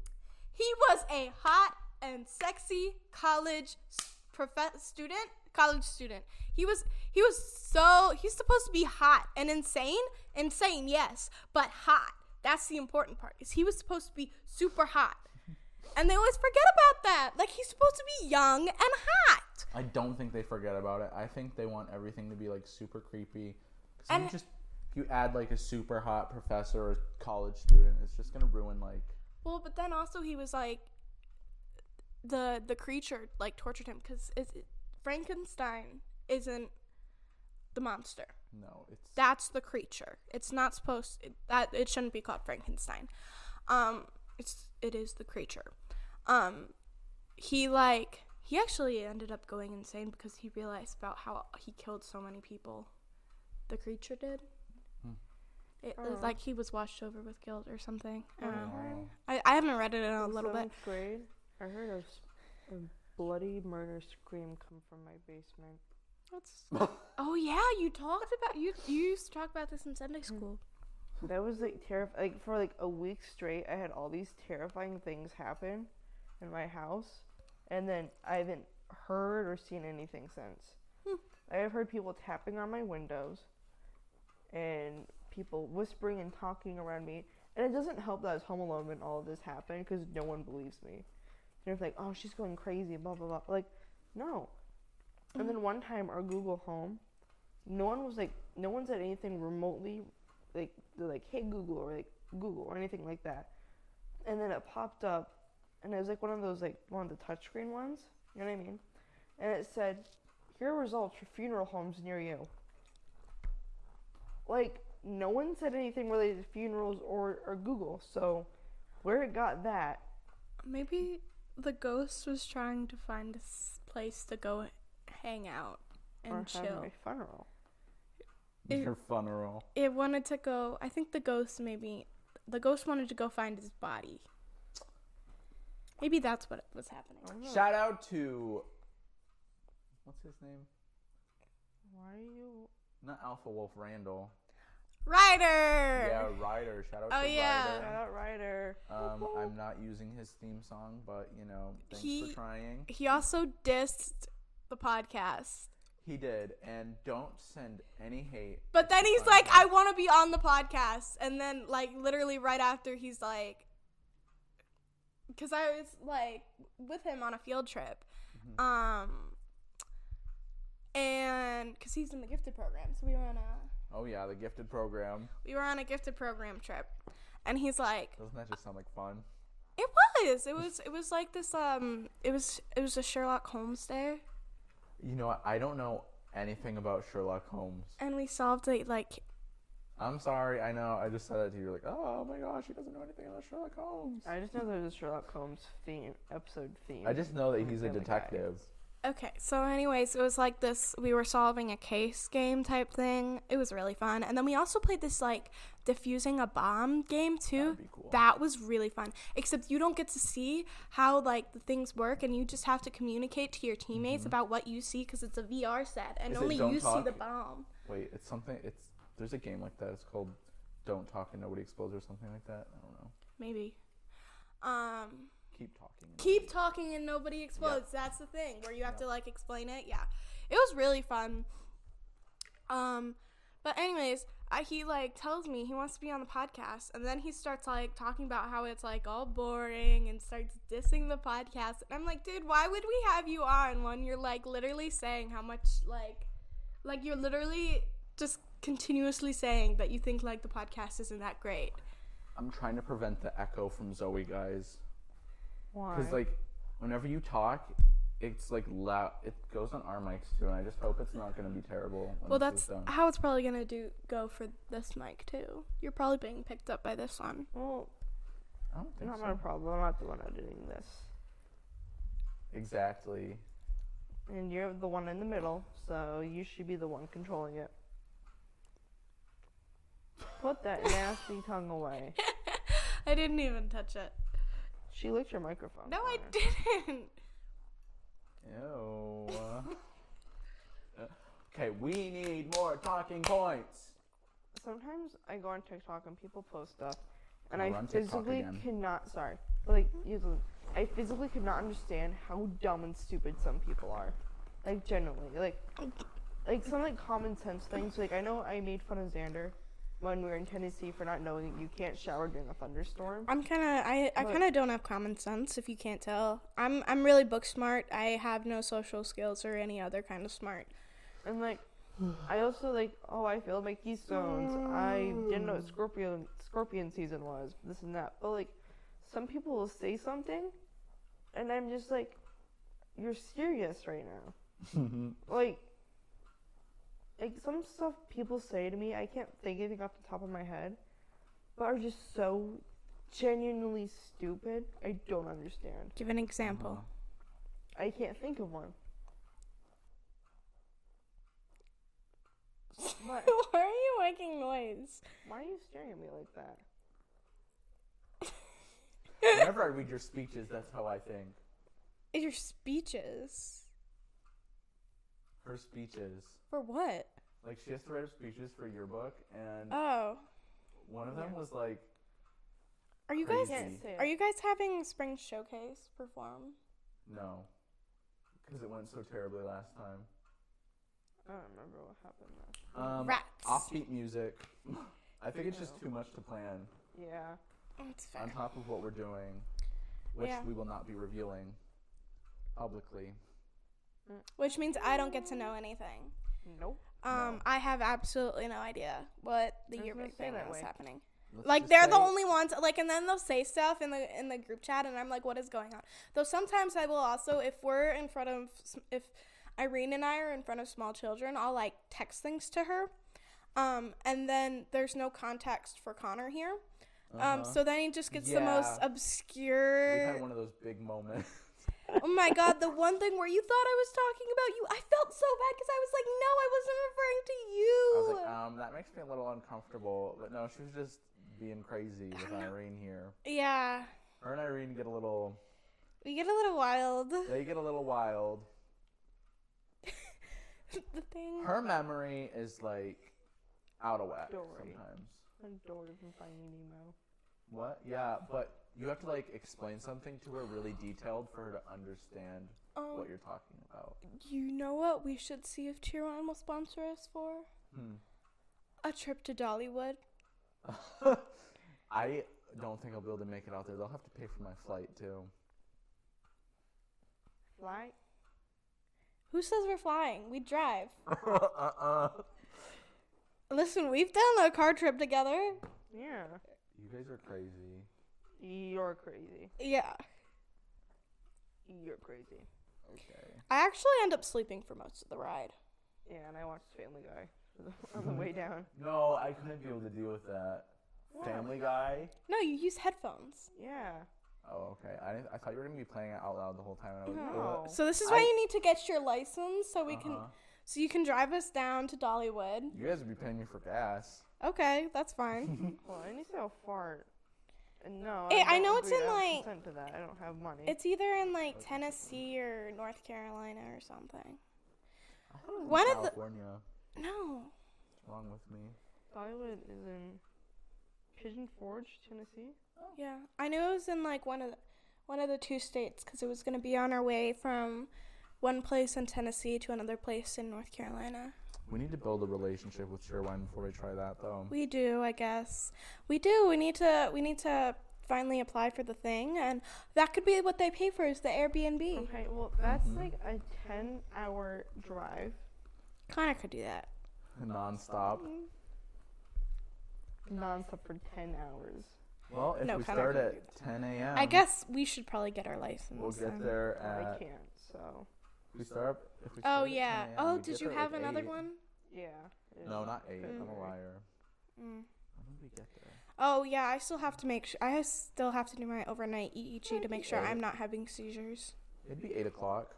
A: He was a hot and sexy college s- profe- student, college student. He was he was so he's supposed to be hot and insane, insane, yes, but hot. That's the important part. Is he was supposed to be super hot. And they always forget about that. Like he's supposed to be young and hot.
B: I don't think they forget about it. I think they want everything to be like super creepy. 'Cause if
A: And-
B: you just if you add like a super hot professor or college student, it's just gonna ruin like
A: Well, but then also he was like the the creature like tortured him cuz Frankenstein isn't the monster.
B: no. It's
A: that's the creature. It's not supposed it, that it shouldn't be called Frankenstein. Um, it's it is the creature. Um, he like he actually ended up going insane because he realized about how he killed so many people. The creature did. It was like he was washed over with guilt or something. I don't know.
B: oh,
A: I, I haven't read it in a little bit.
C: seventh grade, I heard a, s- a bloody murder scream come from my basement.
A: That's, oh yeah, you talked about you you used to talk about this in Sunday school.
C: That was like terrifying. Like for like a week straight, I had all these terrifying things happen in my house, and then I haven't heard or seen anything since. I have heard people tapping on my windows, and people whispering and talking around me. And it doesn't help that I was home alone when all of this happened because no one believes me. They're like, "Oh, she's going crazy," blah blah blah. Like, no. And then one time, our Google Home, no one was like, no one said anything remotely like they're like hey google or like google or anything like that and then it popped up and it was like one of those like one of the touchscreen ones you know what i mean and it said here are results for funeral homes near you like no one said anything related to funerals or, or google so where it got that
A: Maybe the ghost was trying to find a s- place to go hang out and
C: or have
A: chill.
C: my funeral
A: It-
B: your funeral.
A: It wanted to go. I think the ghost maybe the ghost wanted to go find his body. Maybe that's what was happening.
C: I don't know.
B: Shout out to what's his name?
C: why are you
B: Not Alpha Wolf Randall. Yeah,
A: Ryder.
B: Ryder. Shout out
A: Oh,
B: to
A: yeah.
C: shout
B: Ryder.
C: out ryder
B: Um, I'm not using his theme song, but you know, thanks
A: He-
B: for trying.
A: He also dissed the podcast.
B: He did, and don't send any hate.
A: But then he's
B: Fine.
A: like, I want to be on the podcast. And then, like, literally right after, he's like, because I was like with him on a field trip. Um, and because he's in the gifted program. So we were on a,
B: Oh yeah, the gifted program.
A: we were on a gifted program trip. And he's like,
B: Doesn't that just sound like fun?
A: it was, it was, it was like this, um, it was, it was a Sherlock Holmes day.
B: You know what? I don't know anything about Sherlock Holmes.
A: And we solved it like,
B: I'm sorry. I know. I just said that to you. You're Like, oh my gosh, he doesn't know anything about Sherlock Holmes.
C: i just know there's a sherlock holmes theme episode theme
B: I just know that he's a
C: Family Guy.
B: detective.
A: Okay, so anyways, it was like this we were solving a case game type thing. It was really fun. And then we also played this like diffusing a bomb game too.
B: be cool.
A: That was really fun. Except you don't get to see how like the things work and you just have to communicate to your teammates about what you see cuz it's a VR set and
B: Mm-hmm. Is it
A: only
B: don't
A: you see
B: talk?
A: the bomb.
B: Wait, it's something. It's there's a game like that. It's called Don't Talk and Nobody Explodes or something like that. I don't know.
A: Maybe. Um
B: Keep talking.
A: keep talking and nobody explodes. That's the thing where you have to like explain it. Yeah, it was really fun. Um, but anyways, I, he like tells me he wants to be on the podcast, and then he starts like talking about how it's like all boring and starts dissing the podcast. And I'm like, dude, why would we have you on when you're like literally saying how much like, like you're literally just continuously saying that you think like the podcast isn't that great.
B: I'm trying to prevent the echo from Zoe, guys.
C: why
B: Because like, whenever you talk, it's like loud. It goes on our mics too, and I just hope it's not gonna be terrible. When
A: Well,
B: this
A: that's
B: is done.
A: how it's probably gonna do go for this mic too. You're probably being picked up by this one.
C: well
B: I don't think
C: Not
B: so.
C: my problem. I'm not the one editing this.
B: Exactly.
C: And you're the one in the middle, so you should be the one controlling it. Put that nasty tongue away.
A: I didn't even touch it.
C: She licked your microphone.
A: No, I
C: Connor.
A: didn't.
B: Ew. okay, we need more talking points.
C: Sometimes I go on TikTok and people post stuff, and
B: Oh,
C: I
B: we're on TikTok
C: physically
B: again.
C: cannot. Sorry, like you listen, I physically could not understand how dumb and stupid some people are. Like generally, like like some like common sense things. Like I know I made fun of Xander when we were in Tennessee for not knowing that you can't shower during a thunderstorm.
A: I'm kind of I, I
C: But-
A: kind of don't have common sense if you can't tell. I'm I'm really book smart. I have no social skills or any other kind of smart.
C: And like, I also like, oh, I failed my keystones. I didn't know what scorpion scorpion season was. This and that. But like, some people will say something, and I'm just like, you're serious right now. Like, like some stuff people say to me, I can't think of anything off the top of my head, but are just so genuinely stupid. I don't understand.
A: Give an example.
C: I can't think of one. What?
B: Uh-huh.
A: Why are you making noise?
C: Why are you staring at me like that?
B: Whenever I read your speeches, that's how I think.
A: Your speeches
B: Her speeches.
A: for what?
B: Like, she has to write up speeches for your book, and
A: Oh,
B: one of them was like,
A: are you
B: Crazy.
A: guys
B: Yes.
C: Can't say it.
A: are you guys having spring showcase perform?
B: no. Because it went so terribly last time.
C: I don't remember what happened last.
B: Um,
A: Rats.
B: Offbeat music. I think it's just too much to plan
C: Yeah.
A: That's
B: on
A: fair.
B: top of what we're doing, which
A: Yeah.
B: we will not be revealing publicly.
A: Which means I don't get to know anything.
C: Nope.
A: Um, I have absolutely no idea what the
C: I was gonna
A: yearbook
C: say
A: thing
C: that
A: was
C: way.
A: happening.
B: Let's
A: Like
B: just
A: they're the
B: say-
A: only ones. Like, and then they'll say stuff in the in the group chat, and I'm like, "What is going on?" Though sometimes I will also, if we're in front of, s- if Irene and I are in front of small children, I'll like text things to her, um, and then there's no context for Connor here, um,
B: Uh-huh.
A: so then he just gets the most
B: Yeah. we had
A: obscure.
B: one of those big moments.
A: oh my god, the one thing where you thought I was talking about you, I felt so bad because I was like, "No, I wasn't referring to you."
B: I was like, um, that makes me a little uncomfortable. But no, she was just being crazy with Irene here.
A: yeah,
B: Her and Irene get a little,
A: we get a little wild.
B: they get a little wild.
A: the thing.
B: Her memory is like out of whack
C: Don't worry.
B: sometimes.
C: Adore from Finding Nemo.
B: What? Yeah, but you have to like explain something to her really detailed for her to understand
A: Um,
B: what you're talking about.
A: You know what we should see if Tier 1 will sponsor us for?
B: Hmm.
A: A trip to Dollywood.
B: I don't think I'll be able to make it out there. They'll have to pay for my flight too.
C: Fly.
A: Who says we're flying? We drive.
B: uh-uh.
A: Listen, we've done a car trip together.
C: Yeah.
B: You guys are crazy.
C: You're crazy.
A: Yeah.
C: You're crazy.
B: Okay.
A: I actually end up sleeping for most of the ride.
C: Yeah, and I watched Family Guy on the way down.
B: No, I couldn't be able to deal with that. Family Guy.
A: No, you use headphones.
C: Yeah.
B: Oh, okay. I, I thought you were gonna be playing it out loud the whole time. And I was like,
C: No.
A: So this is why
B: Oh, I-
A: you need to get your license so we can
B: Uh-huh.
A: so you can drive us down to Dollywood.
B: You guys would be paying me for gas.
A: Okay, that's fine.
C: Well, I need to have a fart. And no.
A: Eh, I
C: don't
A: know it's
C: agree.
A: in,
C: I don't
A: like-
C: consent to that. I don't have money.
A: it's either in like Tennessee or North Carolina or something.
B: I thought it was in
A: One of the-
B: California.
A: No.
B: What's wrong with me?
C: Dollywood is in Pigeon Forge, Tennessee.
A: Yeah, I knew it was in like one of the, one of the two states because it was gonna be on our way from one place in Tennessee to another place in North Carolina.
B: We need to build a relationship with Sherwine before we try that, though.
A: We do, I guess. We do. We need to. We need to finally apply for the thing, and that could be what they pay for is the Airbnb.
C: Okay, well, that's like a 10 hour drive.
A: Connor could do that.
B: Non-stop.
C: Nonstop for 10 hours.
B: Well, if
A: No,
B: we
A: Connor
B: start
A: can
B: at 10 a.m.,
A: I guess we should probably get our license.
B: Um, we'll get
A: then.
B: there
C: I
B: at.
C: can't, so.
B: We start. up- If we
A: Oh
B: start at
A: yeah.
B: 10 a.m.,
A: Oh,
B: we
A: did
B: get
A: you
B: there at,
A: have
B: like,
A: another
B: eight.
A: one?
C: Yeah.
B: No, not eight. I'm
C: Mm.
B: a liar.
A: Mm.
B: When did we get there?
A: Oh yeah. I still have to make. Sh- I still have to do my overnight EEG to make sure
B: Okay.
A: I'm not having seizures.
B: It'd be eight o'clock.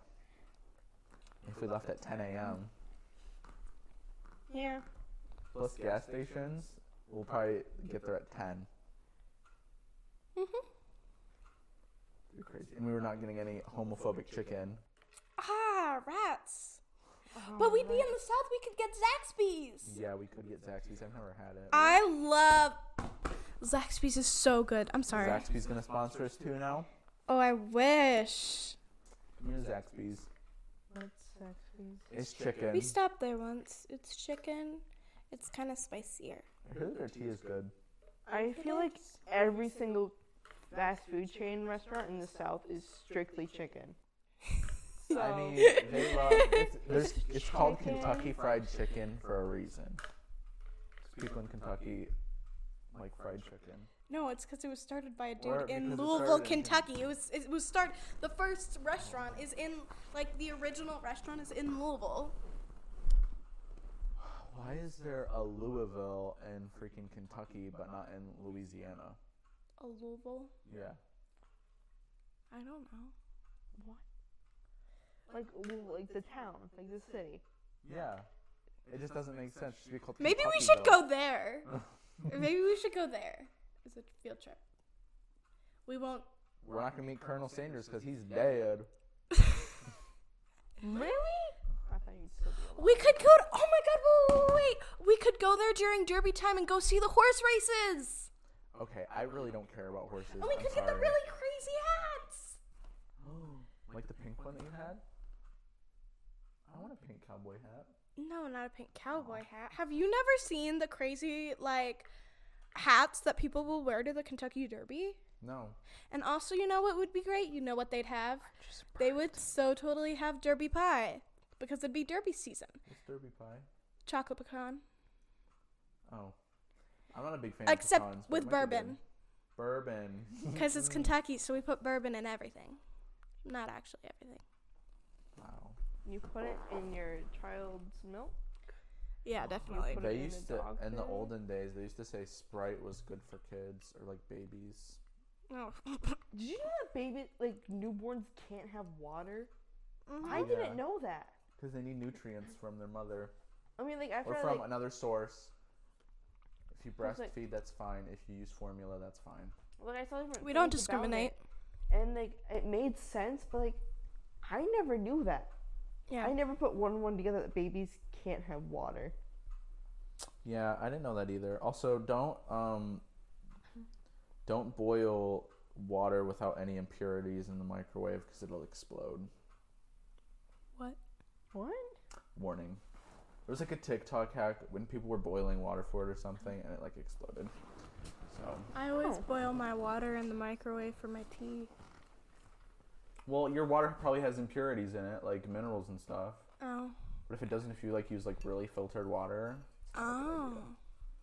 B: If we left at 10 a.m.
C: Yeah.
B: plus gas stations, we'll probably get there at 10.
A: Mhm.
B: You're crazy. And we were not getting any homophobic chicken.
A: Ah, rats.
C: Oh,
B: Oh,
A: but we'd be in the south. We could get Zaxby's.
B: Yeah, we could get Zaxby's. I've never had it.
A: I love Zaxby's is so good. I'm sorry.
B: Zaxby's gonna sponsor us too now.
A: oh, I wish.
B: Come here, Zaxby's.
C: Let's actually.
B: It's chicken.
A: We stopped there once. It's chicken. It's kind of spicier.
B: I heard their tea is good.
C: I feel like every single fast food chain restaurant in the South is strictly chicken. So
B: I mean, they love. It's, there's, it's called Kentucky Fried Chicken for a reason. 'Cause People in Kentucky like fried chicken.
A: No, it's because it was started by a dude
B: Or
A: in
B: because it
A: Louisville,
B: started in-
A: Kentucky. It was it was start the first restaurant is in like the original restaurant is in Louisville.
B: Why is there a Louisville in freaking Kentucky but not in Louisiana?
A: A Louisville?
B: Yeah.
A: I don't know.
C: like ooh, like the town, like the city.
B: Yeah. It just doesn't make sense. It should be called
A: Maybe we should
B: Kentuckyville.
A: go there. Or Maybe we should go there. It's a field trip. We won't.
B: We're not gonna meet Colonel Sanders because he's dead.
C: Really? I thought you'd still be alive.
A: We could go. To, oh my God! Wait, wait, wait. We could go there during Derby time and go see the horse races.
B: Okay, I really don't care about horses.
A: And we
B: I'm
A: could get the
B: sorry.
A: really crazy hats.
B: like the pink one that you had. I want a pink cowboy hat.
A: No, not a pink cowboy hat. Have you never seen the crazy like hats that people will wear to the Kentucky Derby?
B: No.
A: And also, you know what would be great? You know what they'd have? They would so totally have Derby pie because it'd be Derby season.
B: It's Derby pie.
A: Chocolate pecan,
B: Oh. I'm not a big fan
A: except
B: of pecans, but
A: with
B: it might be
A: bourbon
B: good. Bourbon.
A: because it's Kentucky, so we put bourbon in everything. Not actually everything.
B: wow.
C: You put it in your child's milk.
A: Yeah, definitely.
C: Put it
B: They
C: in a
B: used to,
C: dog
B: in the
C: food?
B: olden days, they used to say Sprite was good for kids or like babies.
A: Oh.
C: Did you know that baby, like newborns, can't have water? I
B: Yeah.
C: didn't know that.
B: Because they need nutrients from their mother
C: I mean, like I
B: or
C: found
B: from
C: like,
B: another source. If you
C: Sounds like-
B: breastfeed, that's fine. If you use formula, that's fine.
C: like I saw different
A: We don't
C: things about
A: discriminate.
C: it, and like it made sense, but like I never knew that.
A: Yeah.
C: I never put one and one together that babies can't have water.
B: Yeah, I didn't know that either. Also, don't um, don't boil water without any impurities in the microwave because it'll explode.
A: What?
C: What?
B: Warning. There was like a TikTok hack when people were boiling water for it or something, and it like exploded. So,
A: I always
C: Oh.
A: boil my water in the microwave for my tea.
B: well, your water probably has impurities in it, like minerals and stuff.
A: Oh.
B: But if it doesn't, if you like use like really filtered water,
A: Oh.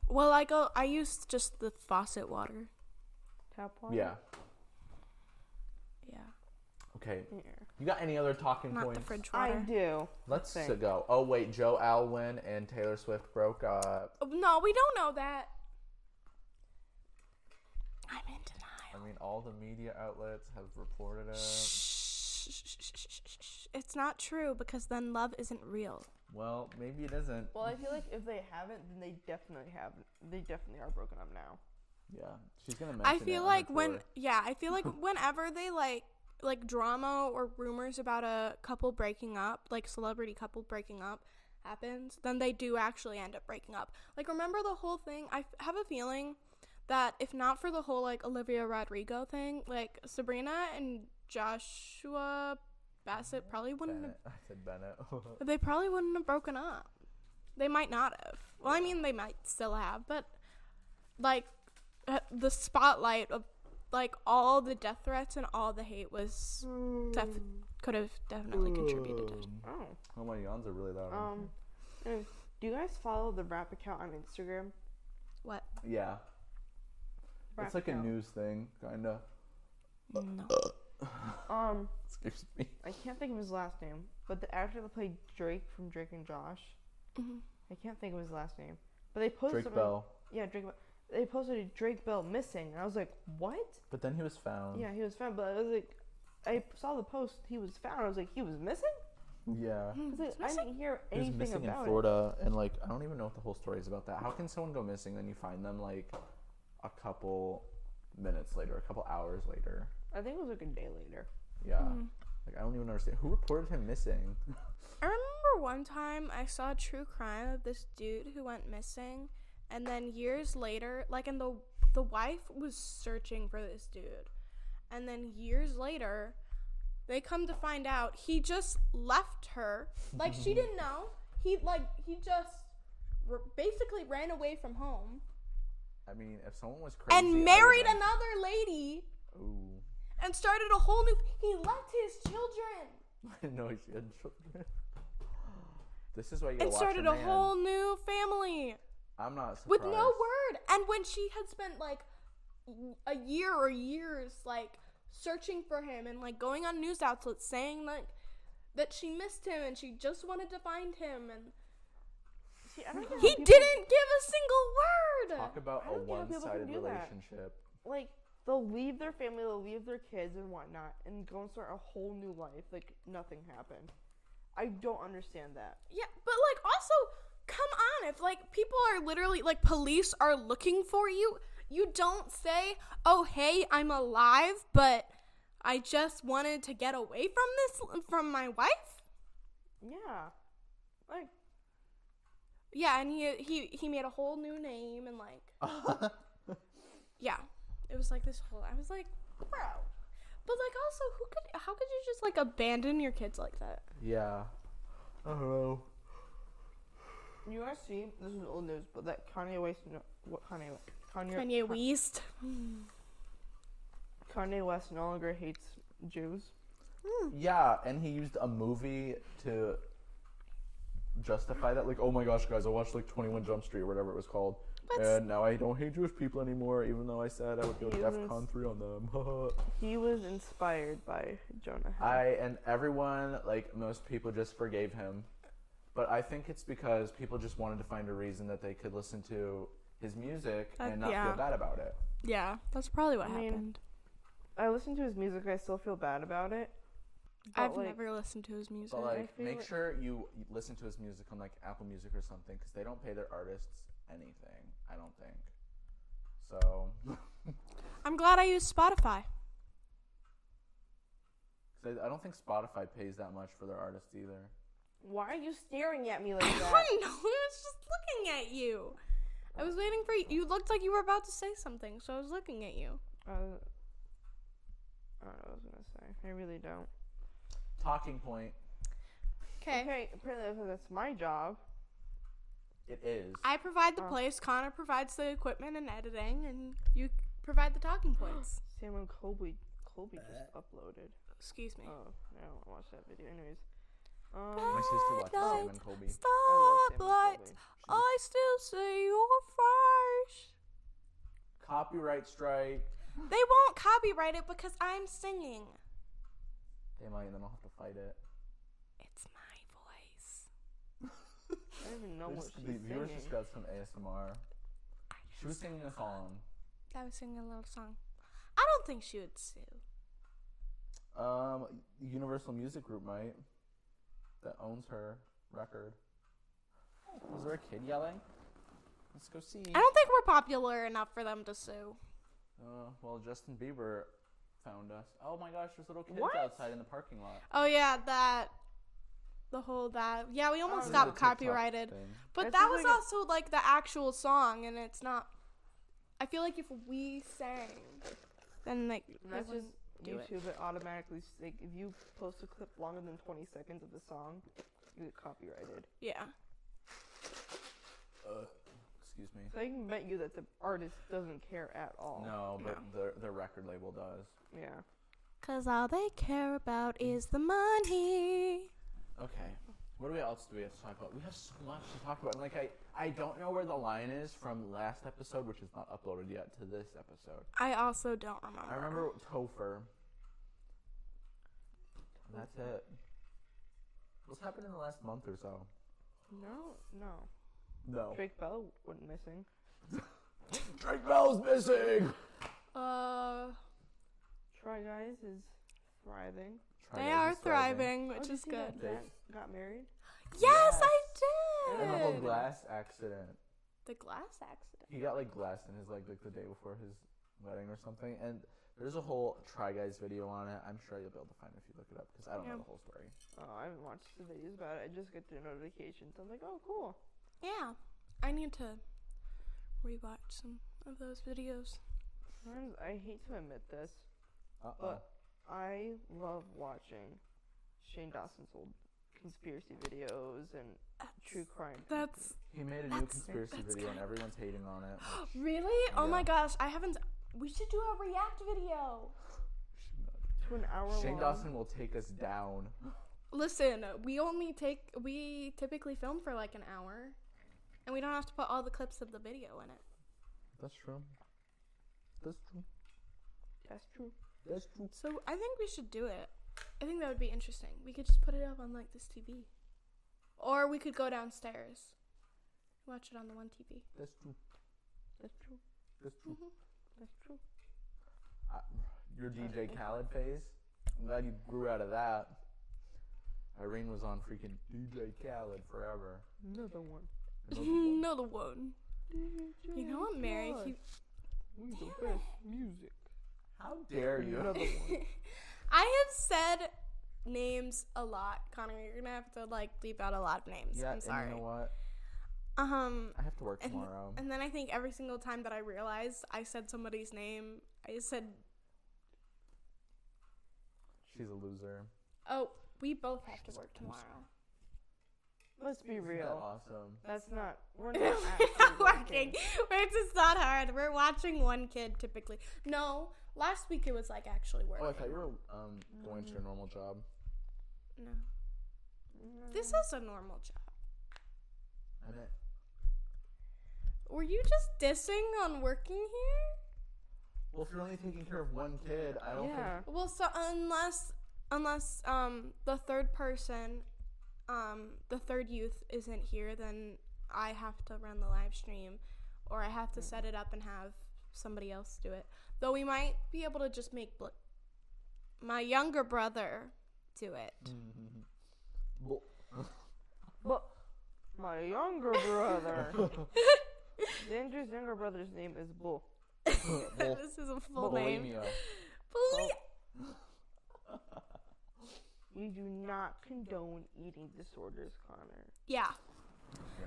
A: Well, I go. I use just the faucet water.
C: Tap water.
B: yeah.
A: Yeah.
B: Okay,
C: Yeah.
B: you got any other talking
A: Not
B: points?
A: the fridge
C: I
A: water.
C: do.
B: Let's
C: thing.
B: go. Oh wait, Joe Alwyn and Taylor Swift broke up.
A: Oh, no, we don't know that. I'm in
B: I
A: denial.
B: mean, all the media outlets have reported it.
A: Shh, shh, shh, shh, shh, shh. It's not true because then love isn't real.
B: Well, maybe it isn't.
C: Well, I feel like if they haven't, then they definitely have. They definitely are broken up now.
B: Yeah, she's gonna. Mention
A: I
B: it on
A: feel
B: her
A: like when
B: tour.
A: yeah, I feel like whenever they like like drama or rumors about a couple breaking up, like celebrity couple breaking up happens, then they do actually end up breaking up. Like remember the whole thing? I f- have a feeling that if not for the whole like Olivia Rodrigo thing, like Sabrina and Joshua Bassett probably wouldn't have
B: Bennett. I said Bennett. Oh,
A: but they probably wouldn't have broken up. They might not have. Well, I mean, they might still have, but like uh, the spotlight of like all the death threats and all the hate was def- could have definitely contributed. to it.
C: Oh.
B: oh my yawns are really loud.
C: Um. anyways, do you guys follow the rap account on Instagram?
A: What?
B: yeah,
C: Rap
B: it's like a
C: account.
B: news thing, kinda.
A: No.
C: Um,
B: Excuse me.
C: I can't think of his last name, but the actor that played Drake from Drake and Josh. I can't think of his last name, but they
B: Drake
C: posted something-
B: Bell,
C: Yeah, Drake. Bell. They posted a Drake Bell missing, and I was like, what?
B: but then he was found.
C: Yeah, he was found, but I was like, I saw the post. He was found. I was like, he was missing.
B: Yeah.
C: I was like, I didn't hear
B: He was
C: anything
B: missing in
C: about
B: Florida, and like I don't even know what the whole story is about that. How can someone go missing then you find them like a couple minutes later, a couple hours later?
C: it. I think it was like a day later.
B: Yeah.
A: Hmm.
B: Like I don't even understand who reported him missing.
A: I remember one time I saw a true crime of this dude who went missing, and then years later, like, and the the wife was searching for this dude, and then years later, They come to find out he just left her. Like she didn't know. He like he just r basically ran away from home
B: I mean, if someone was crazy I
A: and
B: would
A: married
B: like-
A: another lady
B: Ooh,
A: and started a whole new. He left his children
B: I didn't know she had children. This is why you gotta
A: and
B: watch
A: started
B: your
A: a
B: man.
A: whole new family
B: I'm not surprised.
A: with no word. And when she had spent like a year or years like searching for him and like going on news outlets saying like that she missed him and she just wanted to find him and
C: See, I don't know.
A: he
C: how people-
A: didn't give a single word.
B: Talk about
C: I
B: a
C: don't get how people can
B: one-sided
C: do that.
B: relationship.
C: like they'll leave their family, they'll leave their kids and whatnot, and go and start a whole new life like nothing happened. I don't understand that.
A: Yeah, but like also, come on, if like people are literally like police are looking for you, you don't say, "Oh, hey, I'm alive, but I just wanted to get away from this from my wife."
C: Yeah, like
A: Yeah, and he he he made a whole new name and like yeah. It was like this whole I was like, "Bro." But like also, who could how could you just like abandon your kids like that?
B: yeah. I don't know.
C: you guys see, this is old news, but that Kanye West, no, what Kanye, West- Kanye,
A: Kanye West.
C: Kanye West no longer hates Jews.
B: Yeah, and he used a movie to justify that. Like, oh my gosh, guys, I watched like 21 Jump Street or whatever it was called. And now I don't hate Jewish people anymore, even though I said I would go to
C: Yes.
B: DEFCON 3 on them.
C: He was inspired by Jonah Hill.
B: I and everyone, like most people, just forgave him. But I think it's because people just wanted to find a reason that they could listen to his music
A: That-
B: and not
A: yeah.
B: feel bad about it.
A: Yeah, that's probably what
C: I mean,
A: happened.
C: I listen to his music. I still feel bad about it. but,
A: I've
C: like,
A: never listened to his music.
B: But like,
C: feel
B: make
C: it-
B: sure you you listen to his music on like Apple Music or something, because they don't pay their artists anything. I don't think. So, 'cause
A: I'm glad I used Spotify.
B: I I don't think Spotify pays that much for their artists either.
C: Why are you staring at me like
A: I
C: that?
A: don't know. I was just looking at you. I was waiting for you. You looked like you were about to say something, so I was looking at you.
C: uh, I don't know what I was gonna say. I really don't.
B: Talking point.
A: Okay.
C: Okay, apparently that's- that's my job.
B: It is.
A: I provide the
C: Oh.
A: place, Connor provides the equipment and editing, and you provide the talking points.
C: Sam and Colby, Colby just
B: Uh-huh.
C: uploaded.
A: Excuse me.
C: Oh, I don't want to watch that video. Anyways,
B: My
C: um,
B: sister watches Sam
A: Night.
B: and Colby.
A: Starlight,
C: Colby.
A: I still see your face.
B: Copyright strike.
A: They won't copyright it because I'm singing.
B: They might, and then I'll have to fight it.
A: It's my voice.
C: I don't even know
B: We
C: what
B: just-
C: she's
B: the viewers
C: singing.
B: just got some ASMR. She was singing a song.
A: I was singing a little song. I don't think she would sue.
B: Um, Universal Music Group might that owns her record. Was there a kid yelling? Let's go see.
A: I don't think we're popular enough for them to sue.
B: Uh, well, Justin Bieber found us. Oh my gosh, there's little kids
C: What?
B: outside in the parking lot.
A: Oh yeah, that the whole that yeah we almost
C: Oh,
A: got
B: This is a TikTok
A: copyrighted,
B: thing.
A: but
C: This
A: that was
C: is like a-
A: also like the actual song, and it's not. I feel like if we sang, then like
C: And
A: they
C: That's just
A: wouldn't do it.
C: YouTube. It automatically s- like if you post a clip longer than 20 seconds of the song, you get copyrighted.
A: yeah.
B: Ugh, excuse me.
C: So I can bet you that the artist doesn't care at all.
B: No, but their their record label does.
C: Yeah.
A: Cause all they care about is the money.
B: Okay. What do we else do we have to talk about? We have so much to talk about. Like I, I don't know where the line is from last episode, which is not uploaded yet, to this episode.
A: I also don't remember.
B: I remember Topher. And That's it. What's happened in the last month or so?
C: No. No.
B: No.
C: Drake Bell went missing.
B: Drake Bell's missing.
A: Uh,
C: Try Guys is thriving.
A: they are thriving, which
C: Oh, did
A: is
C: you see that
A: good.
B: They-
C: Zach got married.
A: Yes, I did.
B: And the whole glass accident.
A: the glass accident.
B: He got like glass in his leg like the day before his wedding or something. And there's a whole Try Guys video on it. I'm sure you'll be able to find it if you look it up because I don't
A: Yeah.
B: know the whole story.
C: Oh, I haven't watched the videos about it. I just get the notifications. I'm like, oh, cool.
A: Yeah, I need to rewatch some of those videos.
C: Sometimes I hate to admit this,
B: Uh oh.
C: but I love watching Shane Dawson's old conspiracy videos and true crime.
A: That's
B: He made a new
A: That's-
B: conspiracy
A: that's
B: video and everyone's hating on it. which
A: really. Oh my
B: Yeah.
A: gosh, I haven't. We should do a react video.
B: we should not
C: To an hour
B: do. Shane
C: long.
B: Dawson will take us down.
A: Listen, we only take we typically film for like an hour, and we don't have to put all the clips of the video in it.
B: That's true. That's true.
C: That's true.
B: That's true.
A: So I think we should do it. I think that would be interesting. We could just put it up on like this TV, or we could go downstairs, watch it on the one TV.
B: That's true.
C: That's true.
B: That's true.
C: That's true.
B: I, your DJ Khaled phase. I'm glad you grew out of that. Irene was on freaking DJ Khaled forever.
C: Another one.
A: Another one. You know what, Mary? He,
C: We the best music.
B: How dare you?
C: Another one.
A: I have said names a lot, Connor. You're gonna have to like bleep out a lot of names.
B: Yeah,
A: I'm sorry.
B: and you know what?
A: um,
B: I have to work
A: and,
B: tomorrow.
A: and then I think every single time that I realized I said somebody's name, I said,
B: She's a loser.
A: "Oh, we both have to work tomorrow."
C: Let's be
B: Isn't that
C: real.
B: awesome?
C: That's not. We're
A: We're
C: not
A: not
C: actually
A: working. We're just not hard. We're watching one kid typically. No, last week it was like actually
B: Oh, I
A: working.
B: thought you were um, going
A: Mm-hmm.
B: to your normal job.
A: no,
C: Mm.
A: this is a normal job.
B: I meant
A: Were you just dissing on working here?
B: Well, if you're only taking care of one kid, I don't
C: Yeah.
A: Well, so unless unless um the third person, um the third youth isn't here, then I have to run the live stream, or I have to set it up and have somebody else do it. Though we might be able to just make bl- my younger brother do it.
B: think.
C: But my younger brother. Andrew's younger brother's name is Bull.
B: Well,
A: this is a full name.
B: bulimia.
A: Bully-
C: We do not condone eating disorders, Connor.
A: yeah.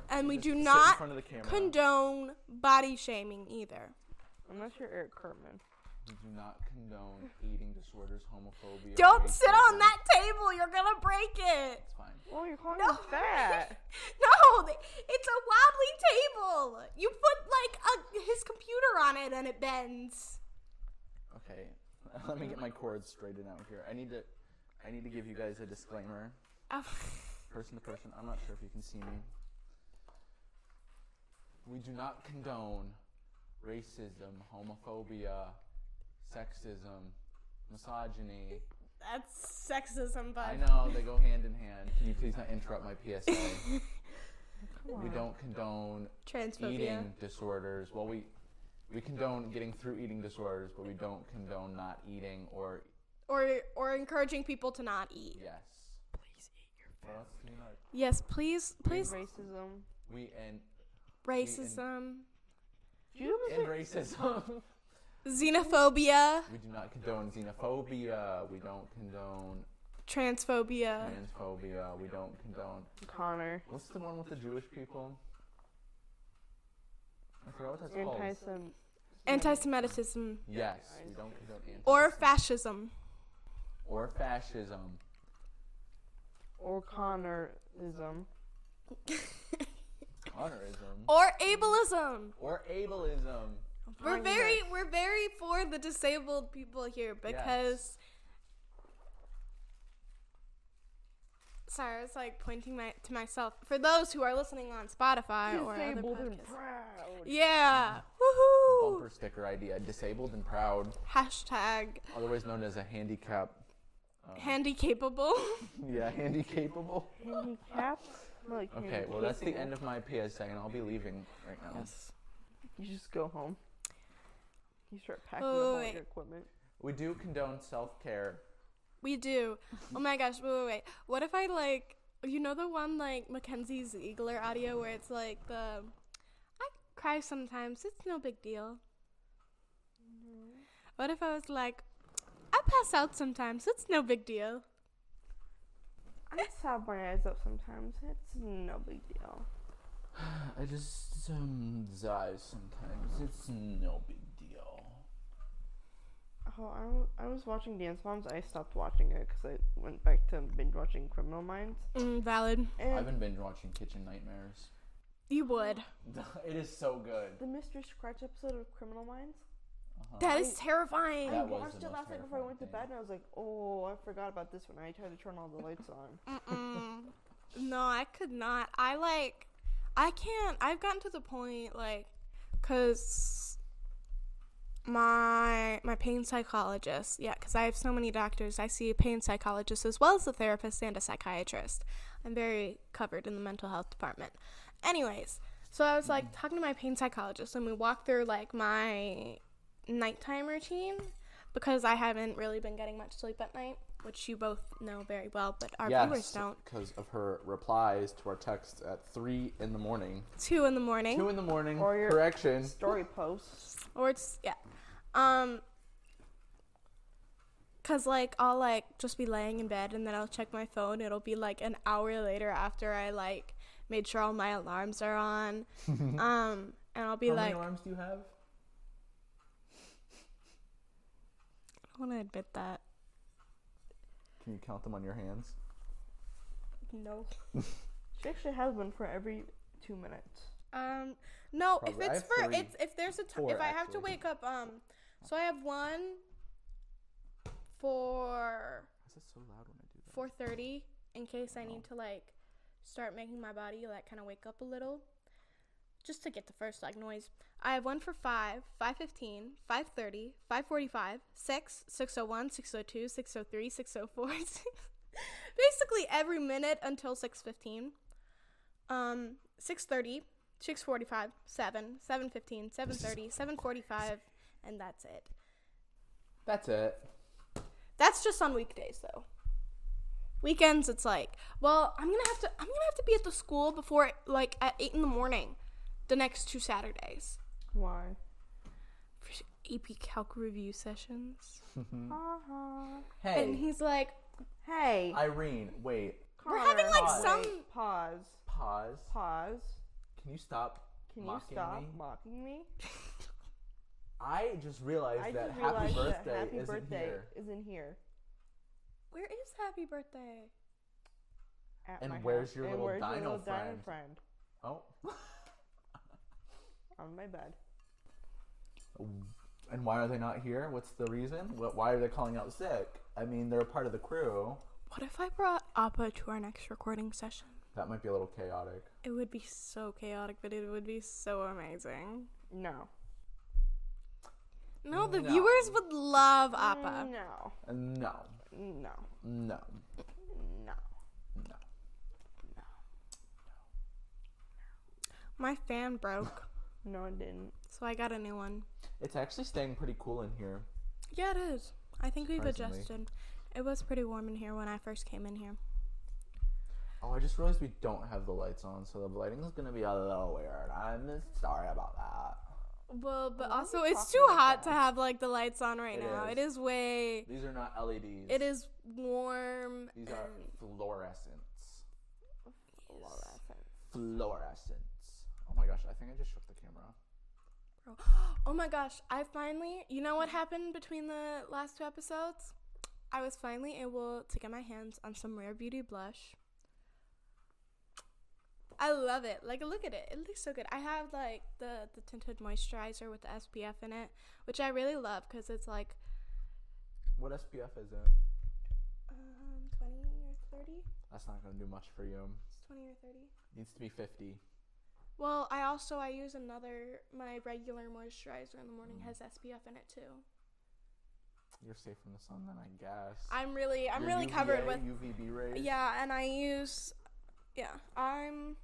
A: And we
B: Just
A: do
B: sit in
A: not
B: front of the camera.
A: condone body shaming either.
C: Unless you're Eric Cartman.
B: we do not condone eating disorders, homophobia.
A: Don't sit on
B: racism.
A: that table. You're going to break it.
B: It's fine.
C: Oh, you're calling
A: No.
C: him fat.
A: No, th- it's a wobbly table. You put like a, his computer on it and it bends.
B: Okay, let me get my cords straightened out here. I need to, I need to give you guys a disclaimer,
A: Oh,
B: person to person. I'm not sure if you can see me. We do not condone racism, homophobia, sexism, misogyny.
A: that's sexism,
B: I
A: but
B: know they go hand in hand. Can you please not interrupt my PSA? we don't condone
A: transphobia.
B: eating disorders. Well, we we condone getting through eating disorders, but we don't condone not eating or
A: Or or encouraging people to not eat.
B: yes.
C: Please eat your
B: Well, that's pretty much-
A: Yes, please, please.
C: Racism.
B: We and
A: Racism,
C: Do you
B: and
C: have a
B: racism.
A: xenophobia,
B: we do not condone xenophobia. We don't condone
C: Uh,
A: transphobia.
B: transphobia. We don't condone.
C: Connor?
B: What's the one with the Jewish people? I forgot what that's
C: Anti
B: called.
C: Sem.
A: Anti-Semitism
B: Yes, we don't condone anti.
A: or fascism.
B: or fascism.
C: Or Connorism.
B: Honorism.
C: Oh.
A: Or ableism.
B: Or ableism.
A: We're
C: Fine,
A: very we're very for the disabled people here because Sorry, I was like pointing my to myself. For those who are listening on Spotify or other
C: Disabled and
A: podcasts.
C: proud.
A: Yeah. Woohoo!
B: Bumper sticker idea. Disabled and proud.
A: Hashtag
B: Otherwise known as a handicap.
A: handy capable.
B: Yeah, handicapable.
C: Handicapped? Like
B: Okay, well that's the end of my PSA and I'll be leaving right now.
C: You just go home. You start packing
A: Wait,
C: up all
A: wait,
C: your equipment.
B: We do condone self care.
A: We do. Oh my gosh, wait, wait, wait. What if I like you know the one like Mackenzie Ziegler audio where it's like the I cry sometimes, it's no big deal. Mm-hmm. What if I was like I pass out sometimes, it's no big deal.
C: I sob my eyes up sometimes. It's no big deal.
B: I just um die sometimes. It's no big deal.
C: Oh, I, wa- I was watching Dance Moms. I stopped watching it because I went back to binge watching Criminal Minds.
A: Mm, valid.
B: I've
C: And
B: been binge watching Kitchen Nightmares.
A: You would.
B: it is so good.
C: the Mr. Scratch episode of Criminal Minds.
B: Uh-huh.
A: That is
C: I-
A: terrifying.
C: I
B: That was
C: watched
B: the
C: it
B: most
C: last night before I
B: terrifying
C: went to
B: thing.
C: bed, and I was like, "Oh, I forgot about this one." I tried to turn all the lights on.
A: Mm-mm. no, I could not. I like, I can't. I've gotten to the point like, cause my my pain psychologist. Yeah, cause I have so many doctors. I see a pain psychologist as well as a therapist and a psychiatrist. I'm very covered in the mental health department. Anyways, so I was like talking to my pain psychologist, and we walked through like my nighttime routine because I haven't really been getting much sleep at night, which you both know very well, but our viewers don't.
B: because of her replies to our texts at three in the morning.
A: Two in the morning,
B: Two in the morning.
C: Or your-
B: correction.
C: Story posts.
A: or it's yeah, um, cause like I'll like just be laying in bed and then I'll check my phone. It'll be like an hour later after I like made sure all my alarms are on, um, and I'll be
B: How
A: like,
B: many arms do you have?
A: I want to admit that
B: Can you count them on your hands?
A: no.
C: She actually has one for every two minutes.
A: Um, no,
B: Probably.
A: if
B: I
A: it's
B: have
A: for
B: three.
A: it's if there's a time
B: Four,
A: if I have to
B: actually.
A: wake up um, so I have one for
B: Why is it so loud when I do that?
A: four thirty in case I need to like start making my body like kind of wake up a little, just to get the first like noise. I have one for five, five fifteen, five thirty, five forty five, six, six oh one, six oh two, six oh three, six oh four, basically every minute until six fifteen um 6.30 6.45 7 7.15 7.30 7.45 and that's it
B: That's it.
A: that's just on weekdays though weekends it's like well i'm gonna have to i'm gonna have to be at the school before like at 8 in the morning the next two saturdays
C: Why?
A: for ap calc review sessions
B: Mm.
C: Uh-huh.
A: and
B: Hey,
A: he's like
C: Hey.
B: Irene. Wait.
A: we're having
C: Connor,
A: like
B: Pause.
A: some
C: pause.
B: Pause.
C: Pause.
B: Can you stop?
C: Can you
B: mocking
C: stop
B: me?
C: mocking me?
B: I just realized
C: I
B: that
C: just
B: Happy
C: realized
B: Birthday
C: that happy
B: isn't
C: birthday
B: here.
C: isn't here.
A: where is happy birthday
C: At
B: And
C: my
B: where's
C: house.
B: your
C: and
B: little
C: where's your
B: dino
C: little dino
B: friend?
C: friend?
B: Oh.
C: On my bed.
B: And why are they not here? What's the reason? What, why are they calling out sick? I mean, they're a part of the crew.
A: what if i brought appa to our next recording session
B: That might be a little chaotic.
A: it would be so chaotic but it would be so amazing
C: No.
A: No, the
B: No.
A: viewers would love Appa.
C: No.
B: No,
C: No.
B: no,
C: No.
B: no.
A: My fan broke,
C: No, it didn't.
A: so I got a new one.
B: It's actually staying pretty cool in here.
A: Yeah, it is. I think we've
B: Surprisingly.
A: adjusted. It was pretty warm in here when I first came in here.
B: Oh, I just realized we don't have the lights on, so the lighting is gonna be a little weird. I'm sorry about that.
A: Well, but
C: why are
A: also
C: we
A: it's
C: talking
A: too
C: like
A: hot
C: that?
A: to have like the lights on right
B: It
A: now.
B: is.
A: It is way.
B: These are not LEDs.
A: It is warm.
B: These are
A: and-
B: fluorescents.
C: Fluorescent.
B: Fluorescents. Oh my gosh, I think I just shook the camera.
A: Oh my gosh! I finally. You know what happened between the last two episodes? I was finally able to get my hands on some Rare Beauty blush. I love it. Like, look at it. It looks so good. I have like the the tinted moisturizer with the SPF in it, which I really love because it's like
B: What SPF is it?
A: um, twenty or thirty.
B: That's not gonna do much for you.
A: It's twenty or thirty.
B: Needs to be 50.
A: Well, I also I use another my regular moisturizer in the morning has SPF in it too.
B: You're safe from the sun, then I guess.
A: I'm really I'm
B: Your
A: really covered
B: UVA,
A: with
B: UVB rays.
A: Yeah, and I use yeah, I'm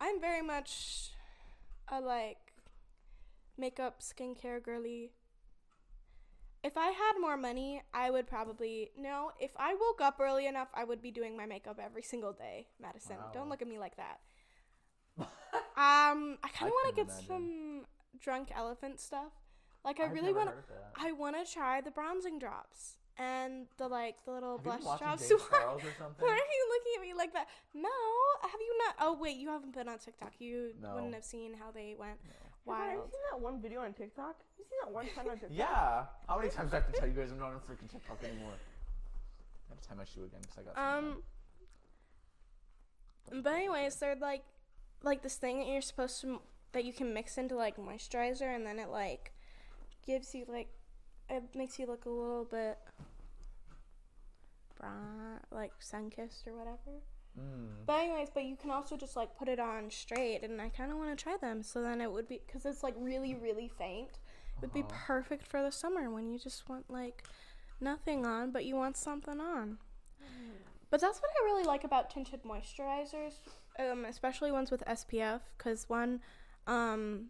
A: I'm very much a like makeup skincare girly. If I had more money, I would probably no, if I woke up early enough, I would be doing my makeup every single day, Madison. Don't
B: Wow.
A: look at me like that. um I
B: I
A: kind of want to
B: can
A: get
B: imagine.
A: some drunk elephant stuff. Like I
B: I've
A: really
B: never
A: want to
B: heard of that.
A: I want to try the bronzing drops and the like the little
B: Have you been
A: blush
B: watching
A: drops.
B: Dave
A: Why-
B: Charles or something?
A: Why are you looking at me like that? No, have you not? Oh wait, you haven't been on TikTok. You
B: No.
A: wouldn't have seen how they went.
C: Have you
A: Wild.
C: seen that one video on TikTok? You seen that one time on TikTok?
B: Yeah. How many times do I have to tell you guys I'm not on freaking TikTok anymore? I have to tie my shoe again because I got. some
A: Um. But anyways, they're like, like this thing that you're supposed to that you can mix into like moisturizer, and then it like gives you like it makes you look a little bit bron like sun kissed or whatever.
B: time. Hmm.
A: But anyways, but you can also just like put it on straight, and I kind of want to try them. So then it would be because it's like really really faint. It would be perfect for the summer when you just want like nothing on, but you want something on. But that's what I really like about tinted moisturizers, um, especially ones with SPF, because one, um,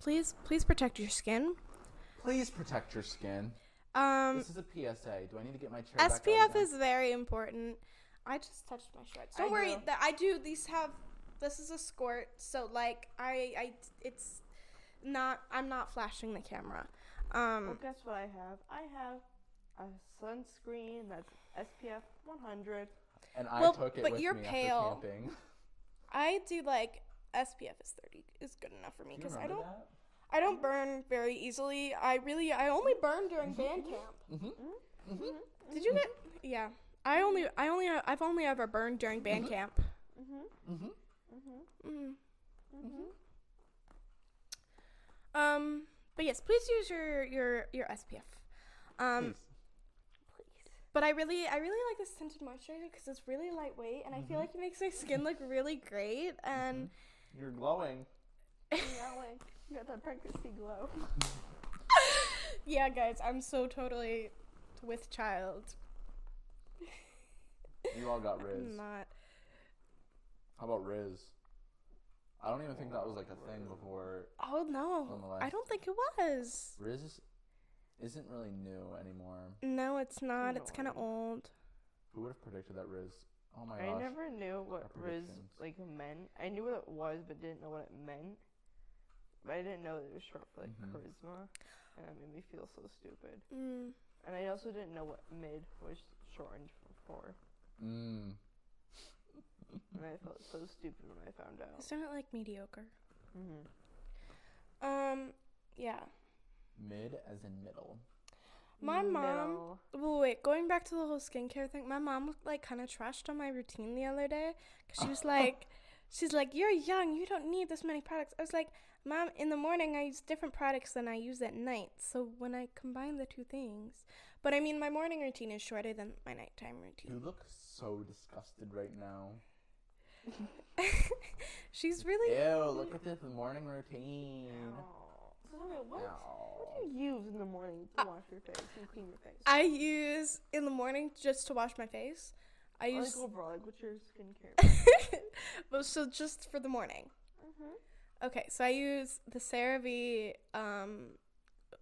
A: please please protect your skin.
B: Mm. Please protect your skin.
A: Um,
B: This is a PSA. Do I need to get my chair back out
A: SPF
B: again?
A: is very important. I just touched my shorts. Don't
C: I
A: worry,
C: know.
A: that I do. These have. This is a squirt, so like I, I, it's not. I'm not flashing the camera.
C: Well,
B: Mm.
A: Um,
C: guess what I have? I have a sunscreen that's SPF 100.
B: And I
A: Well,
B: took it
A: but
B: with
A: you're
B: me
A: pale.
B: after camping.
A: I do like SPF is thirty is good enough for me
B: Do you
A: because I
B: remember
A: don't.
B: that?
A: I don't burn very easily. I really. I only burn
B: Mm-hmm.
A: during band camp. Did you get? Yeah. I only. I only. I've only ever burned during band camp.
B: Mm-hmm.
A: Mm-hmm. Um, but yes, please use your your your SPF. Um,
B: Please.
A: but I really I really like this tinted moisturizer because it's really lightweight and I feel like it makes my skin look really great. And
B: You're glowing.
C: Yeah, like, you got that pregnancy glow.
B: Oh
A: yeah, guys, I'm so totally with child.
B: You all got Riz.
A: I'm not.
B: How about Riz? I don't even think that was like a thing before.
A: Oh
B: On the
A: no,
B: left.
A: I don't think it was.
B: Riz is- isn't really new anymore.
A: No, it's not. It's kind of old.
B: Who would have predicted that Riz? Oh my
C: I
B: gosh.
C: never knew what Riz
B: predictions.
C: like meant. I knew what it was, but didn't know what it meant. But I didn't know that it was short for like
B: Mm-hmm.
C: charisma, and that made me feel so stupid.
A: Mm.
C: And I also didn't know what mid was shortened for,
B: Mm.
C: and I felt so stupid when I found out.
A: Isn't it like mediocre?
C: Mhm.
A: Um, yeah.
B: Mid as in middle.
A: My mom.
C: Middle.
A: Well, wait, going back to the whole skincare thing, my mom was like kind of trashed on my routine the other day because she was like, she's like, you're young, you don't need this many products. I was like, mom, in the morning I use different products than I use at night. So when I combine the two things, but I mean, my morning routine is shorter than my nighttime
B: You
A: routine.
B: look so disgusted right now.
A: She's really,
B: Ew, look at this morning routine.
C: Aw. So tell me, what, what
B: Ow.
C: do you use in the morning to wash your face and clean your face?
A: I use in the morning just to wash my face. I
C: Or,
A: use
C: like overall, like what's your skincare?
A: Well, so just for the morning.
C: Mhm.
A: Okay, so I use the CeraVe um,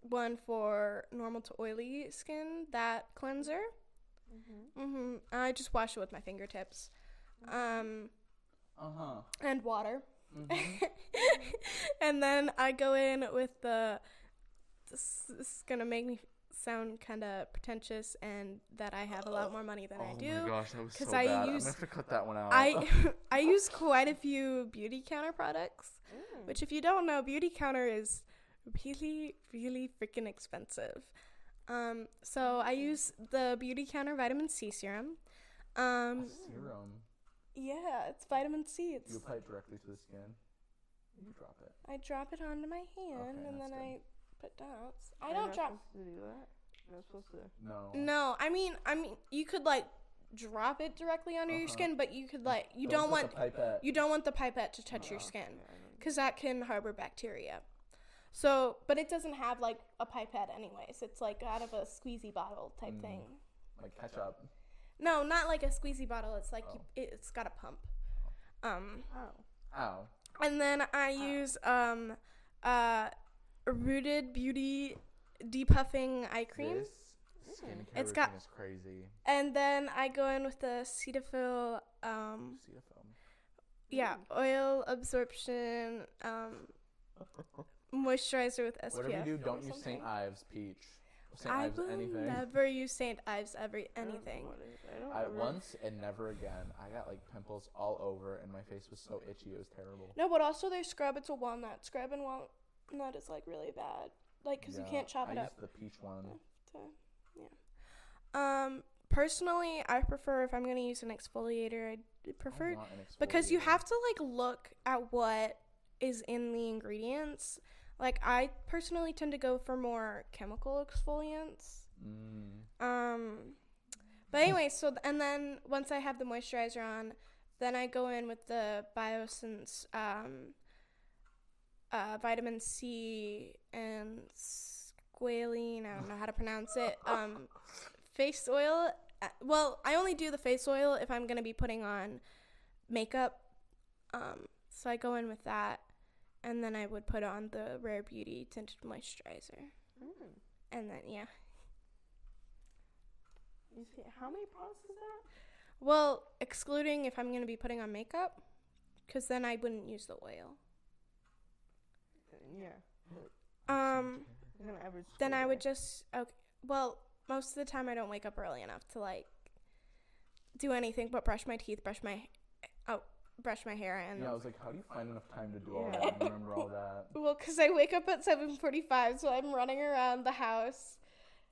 A: one for normal to oily skin, that cleanser.
C: Mhm.
A: hmm I just wash it with my fingertips um,
B: Uh huh.
A: and water.
B: Mhm.
A: and then I go in with the. This, this is going to make me sound kind of pretentious and that I have a lot more money than I do.
B: Oh gosh, that was
A: 'cause I
B: I'm
A: use-
B: gonna have to cut that one out.
A: I I use quite a few beauty counter products,
C: Mm-hmm.
A: which if you don't know, beauty counter is really really freaking expensive. Um, so
B: Mm.
A: I use the beauty counter vitamin C serum. Um,
B: serum.
A: yeah, it's vitamin C.
B: You
A: It's
B: apply it directly to the skin. You drop it.
A: I drop it onto my hand
B: Okay,
A: and
B: that's
A: then I
B: good.
A: put dots. I
C: You're
A: don't
C: not
A: drop.
C: supposed to do that. You're not supposed to.
B: No.
A: No, I mean I mean you could like drop it directly under your
B: Uh-huh.
A: skin, but you could like you don't,
B: Don't
A: want
B: put the Uh-huh. pipette.
A: you don't want the pipette to touch your skin.
C: Yeah, I don't-
A: because that can harbor bacteria. So, but it doesn't have like a pipette, anyways. It's like out of a squeezy bottle type
B: Mm.
A: thing.
B: like ketchup.
A: No, not like a squeezy bottle. It's like you,
B: Oh.
A: it's got a pump. Um,
C: Wow.
B: Ow.
A: and then
B: Ah.
A: I use um, uh, rooted beauty depuffing eye cream, Mm.
B: This skincare
A: It's
B: routine
A: got-
B: is crazy.
A: and then I go in with the Cetaphil. Um,
B: CFO.
A: yeah,
B: Mm.
A: oil absorption um, moisturizer with SPF.
B: Whatever you do,
A: or
B: don't use
A: something.
B: St. Ives peach. St.
A: I
B: Ives
A: will
B: anything.
A: never use St. Ives every anything.
C: I don't
B: I
C: remember.
B: once and never again. I got like pimples all over, and my face was so itchy. It was terrible.
A: No, but also their scrub. It's a walnut scrub, and walnut is like really bad, like because you
B: Yeah,
A: can't chop
B: I
A: it
B: used
A: up.
B: the peach one.
A: So, yeah. Um, personally, I prefer if I'm gonna use an exfoliator, I prefer
B: want an
A: because you
B: exfoliator.
A: have to like look at what is in the ingredients. Like I personally tend to go for more chemical exfoliants.
B: Mm.
A: Um, but anyway, so th- and then once I have the moisturizer on, then I go in with the Biosense um, uh, vitamin C and squalene. I don't know how to pronounce it. Um, face oil. Uh, Well, I only do the face oil if I'm gonna be putting on makeup. Um, so I go in with that, and then I would put on the Rare Beauty tinted moisturizer,
C: Mm.
A: and then yeah.
C: You see, how many products is that?
A: Well, excluding if I'm going to be putting on makeup, because then I wouldn't use the oil.
C: Yeah.
A: Um,
C: I'm gonna average.
A: then I
C: school
A: would
C: day.
A: just okay. Well, most of the time I don't wake up early enough to like do anything but brush my teeth, brush my oh, brush my hair, and
B: Yeah, I was like, how do you find enough time to do all that and remember all that?
A: well, because I wake up at seven forty-five, so I'm running around the house.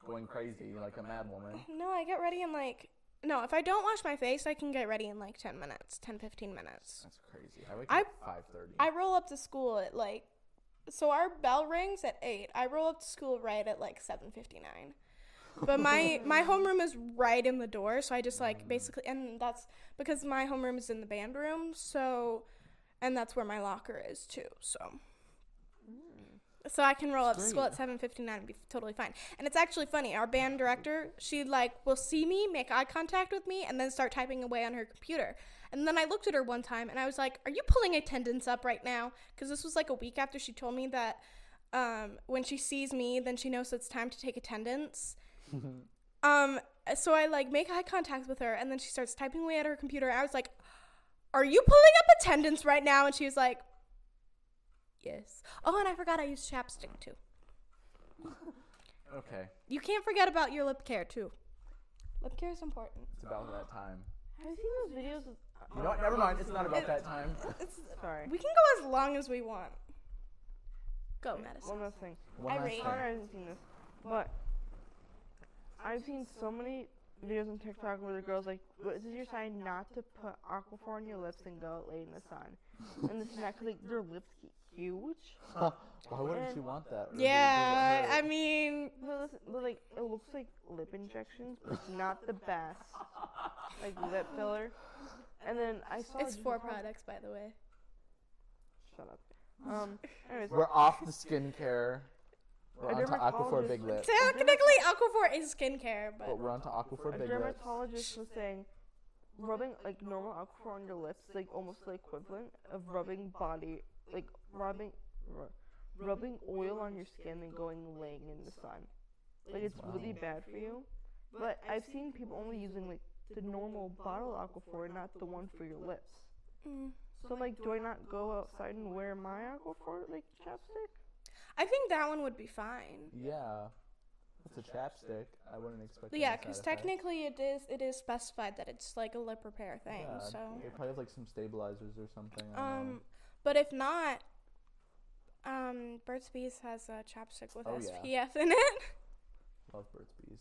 B: Going crazy like a mad woman.
A: No, I get ready in like no. If I don't wash my face, I can get ready in like ten minutes, 10, 15 minutes.
B: That's crazy. I wake
A: I-
B: up at five thirty.
A: I roll up to school at like so our bell rings at 8. I roll up to school right at like 7:59. But my my homeroom is right in the door, so I just like basically and that's because my homeroom is in the band room, so and that's where my locker is too. So so I can roll up to school at 7:59 and be totally fine. And it's actually funny. Our band director, she like will see me, make eye contact with me, and then start typing away on her computer. And then I looked at her one time and I was like, "Are you pulling attendance up right now?" Cuz this was like a week after she told me that um, when she sees me, then she knows it's time to take attendance. um so I like make eye contact with her and then she starts typing away at her computer. I was like, "Are you pulling up attendance right now?" And she was like, Yes. Oh, and I forgot I used chapstick too.
B: Okay,
A: You can't forget about your lip care too. Lip care is important.
B: it's about that time.
C: Have you seen those videos? With,
B: You know what? Never mind. It's not about that time.
C: sorry.
A: We can go as long as we want. Go,
C: One
A: medicine.
C: last thing.
B: One last
A: Irate.
B: thing.
C: Connor hasn't seen this, but I've seen so many videos on TikTok where the girls like, "What- "This is your sign not to put Aquaphor on your lips and go out late in the sun," and this is not 'cause, like their lips get huge.
B: Why wouldn't you want that? Ruby?
A: Yeah, I mean,
C: But listen, but like it looks like lip injections, but it's not the best, like lip filler. And then I saw
A: it's
C: a
A: four
C: different
A: products, by the way.
C: pro- Shut up. Um. Anyways,
B: We're off the skincare. We're
C: A
B: onto Aquaphor
C: dermatologist-
B: Big Lip.
A: Technically, Aquaphor is skincare,
B: But
A: but
B: we're onto Aquaphor
C: a
B: Big Lip.
C: dermatologist was saying rubbing like normal alcohol on your lips is, like almost the equivalent of rubbing body like rubbing ru- rubbing oil on your skin and going laying in the sun like it's really bad for you but i've seen people only using like the normal bottle aquaphor and not the one for your lips
A: Mm.
C: so I'm like do i not go outside and wear my aquaphor like chapstick
A: I think that one would be fine.
B: Yeah, it's a chapstick. I wouldn't expect.
A: Yeah,
B: any side
A: because
B: effects.
A: technically it is it is specified that it's like a lip repair thing.
B: Yeah,
A: So,
B: they probably have like some stabilizers or something. I don't know.
A: um, but if not, um, Burt's Bees has a chapstick with
B: Oh, yeah.
A: SPF in it.
B: love Burt's Bees.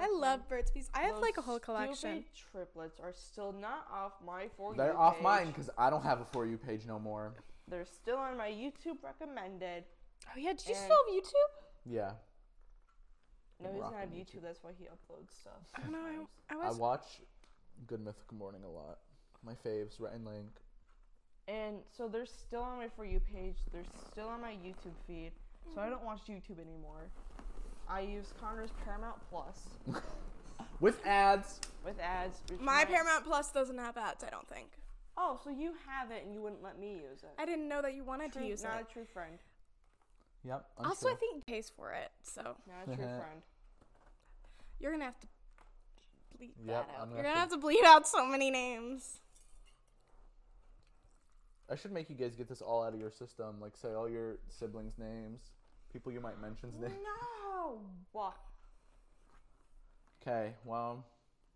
A: I love Burt's Bees. I have like a whole collection.
C: triplets are still not off my for
B: They're off mine because I don't have a for you page no more.
C: They're still on my YouTube recommended.
A: Oh yeah, did you
C: And-
A: still have YouTube?
B: Yeah,
C: No, he doesn't have
B: Rocking
C: YouTube.
B: YouTube.
C: That's why he uploads stuff.
A: I don't know.
C: sometimes.
A: I, I
B: I
A: was.
B: watch Good Mythical Morning a lot. My faves, Rhett and Link.
C: And so they're still on my for you page. They're still on my YouTube feed. So I don't watch YouTube anymore. I use Connor's Paramount Plus
B: With ads.
C: with ads. which
A: my Paramount Plus doesn't have ads. I don't think.
C: Oh, so you have it and you wouldn't let me use it.
A: I didn't know that you wanted
C: True-
A: to use
C: not
A: it.
C: a true friend.
B: Yep.
A: Also, I
B: untrue.
A: think he pays for it, so
C: Not a true friend.
A: you're gonna have to bleed
B: Yep,
A: that out.
B: I'm gonna
A: you're
B: have
A: gonna
B: to-
A: have to bleed out so many names.
B: I should make you guys get this all out of your system. Like, say all your siblings' names, people you might mention's names.
C: No.
B: Okay, well,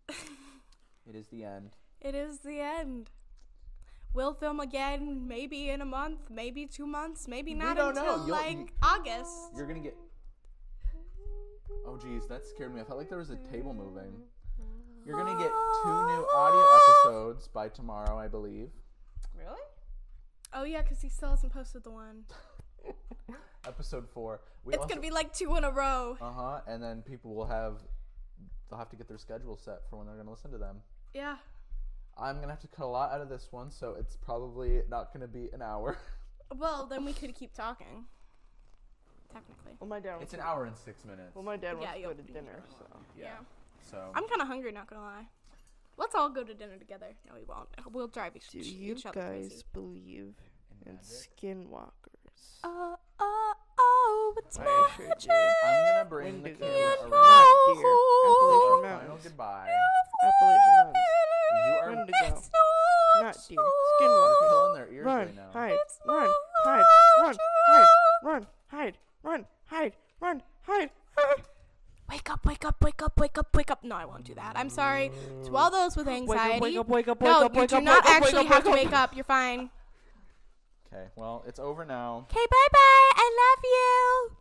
B: it is the end.
A: It is the end. We'll film again, maybe in a month, maybe two months, maybe not
B: don't know.
A: until
B: You'll-
A: like
B: you-
A: August.
B: You're gonna get. Oh, geez, that scared me. I felt like there was a table moving. You're gonna get two new audio episodes by tomorrow, I believe.
C: Really?
A: Oh yeah, because he still hasn't posted the one.
B: Episode four. We
A: It's gonna be like two in a row.
B: Uh huh. And then people will have. They'll have to get their schedule set for when they're gonna listen to them.
A: Yeah.
B: I'm gonna have to cut a lot out of this one, so it's probably not gonna be an hour.
A: Well, then we could keep talking. Technically.
C: Well, my
B: it's
C: dad. Wants,
B: an hour and six minutes.
C: well, my dad
A: Yeah,
C: wants to go
A: you'll
C: to
A: be
C: dinner, so
A: Yeah.
B: So
A: I'm kind of hungry, not gonna lie. Let's all go to dinner together. No, we won't. We'll drive each,
C: Do you
A: each other
C: guys
A: crazy.
C: believe in skinwalkers?
A: Uh, uh, oh, it's
B: I
A: my
C: sure do.
B: I'm gonna bring the
C: Windows.
B: camera
C: Not
B: around
C: deer.
B: for
C: Appalachian
B: our final
C: Mountains.
B: goodbye.
C: Appalachian Mountains.
B: You are
C: Windigo.
A: It's not
C: Not deer.
B: you're
C: Skinwalkers.
B: killing their ears right
C: Run,
B: now.
C: hide,
A: It's
C: run,
A: my
C: hide, run, hide, run, hide, run, hide, run, hide.
A: Wake up, wake up, wake up, wake up, wake up. No, I won't do that. I'm sorry. To all those with anxiety.
C: wake up, wake up,
A: no,
C: wake up,
A: you
C: wake
A: do
C: up,
A: not
C: wake up, wake
A: actually
C: up,
A: have to
C: wake
A: wake up. You're fine.
B: Okay, well, it's over now.
A: Okay, bye bye. I love you.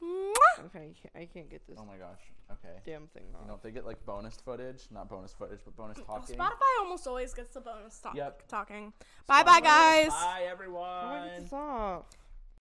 A: Mwah.
C: Okay, you can't- I can't get this
B: Oh my gosh. Okay.
C: damn thing
B: You
C: off.
B: know, if they get like bonus footage, not bonus footage, but bonus talking.
A: Spotify almost always gets the bonus talk-
B: Yep.
A: talking. Bye bye, guys.
B: Bye,
C: Why
B: everyone.
C: is this off?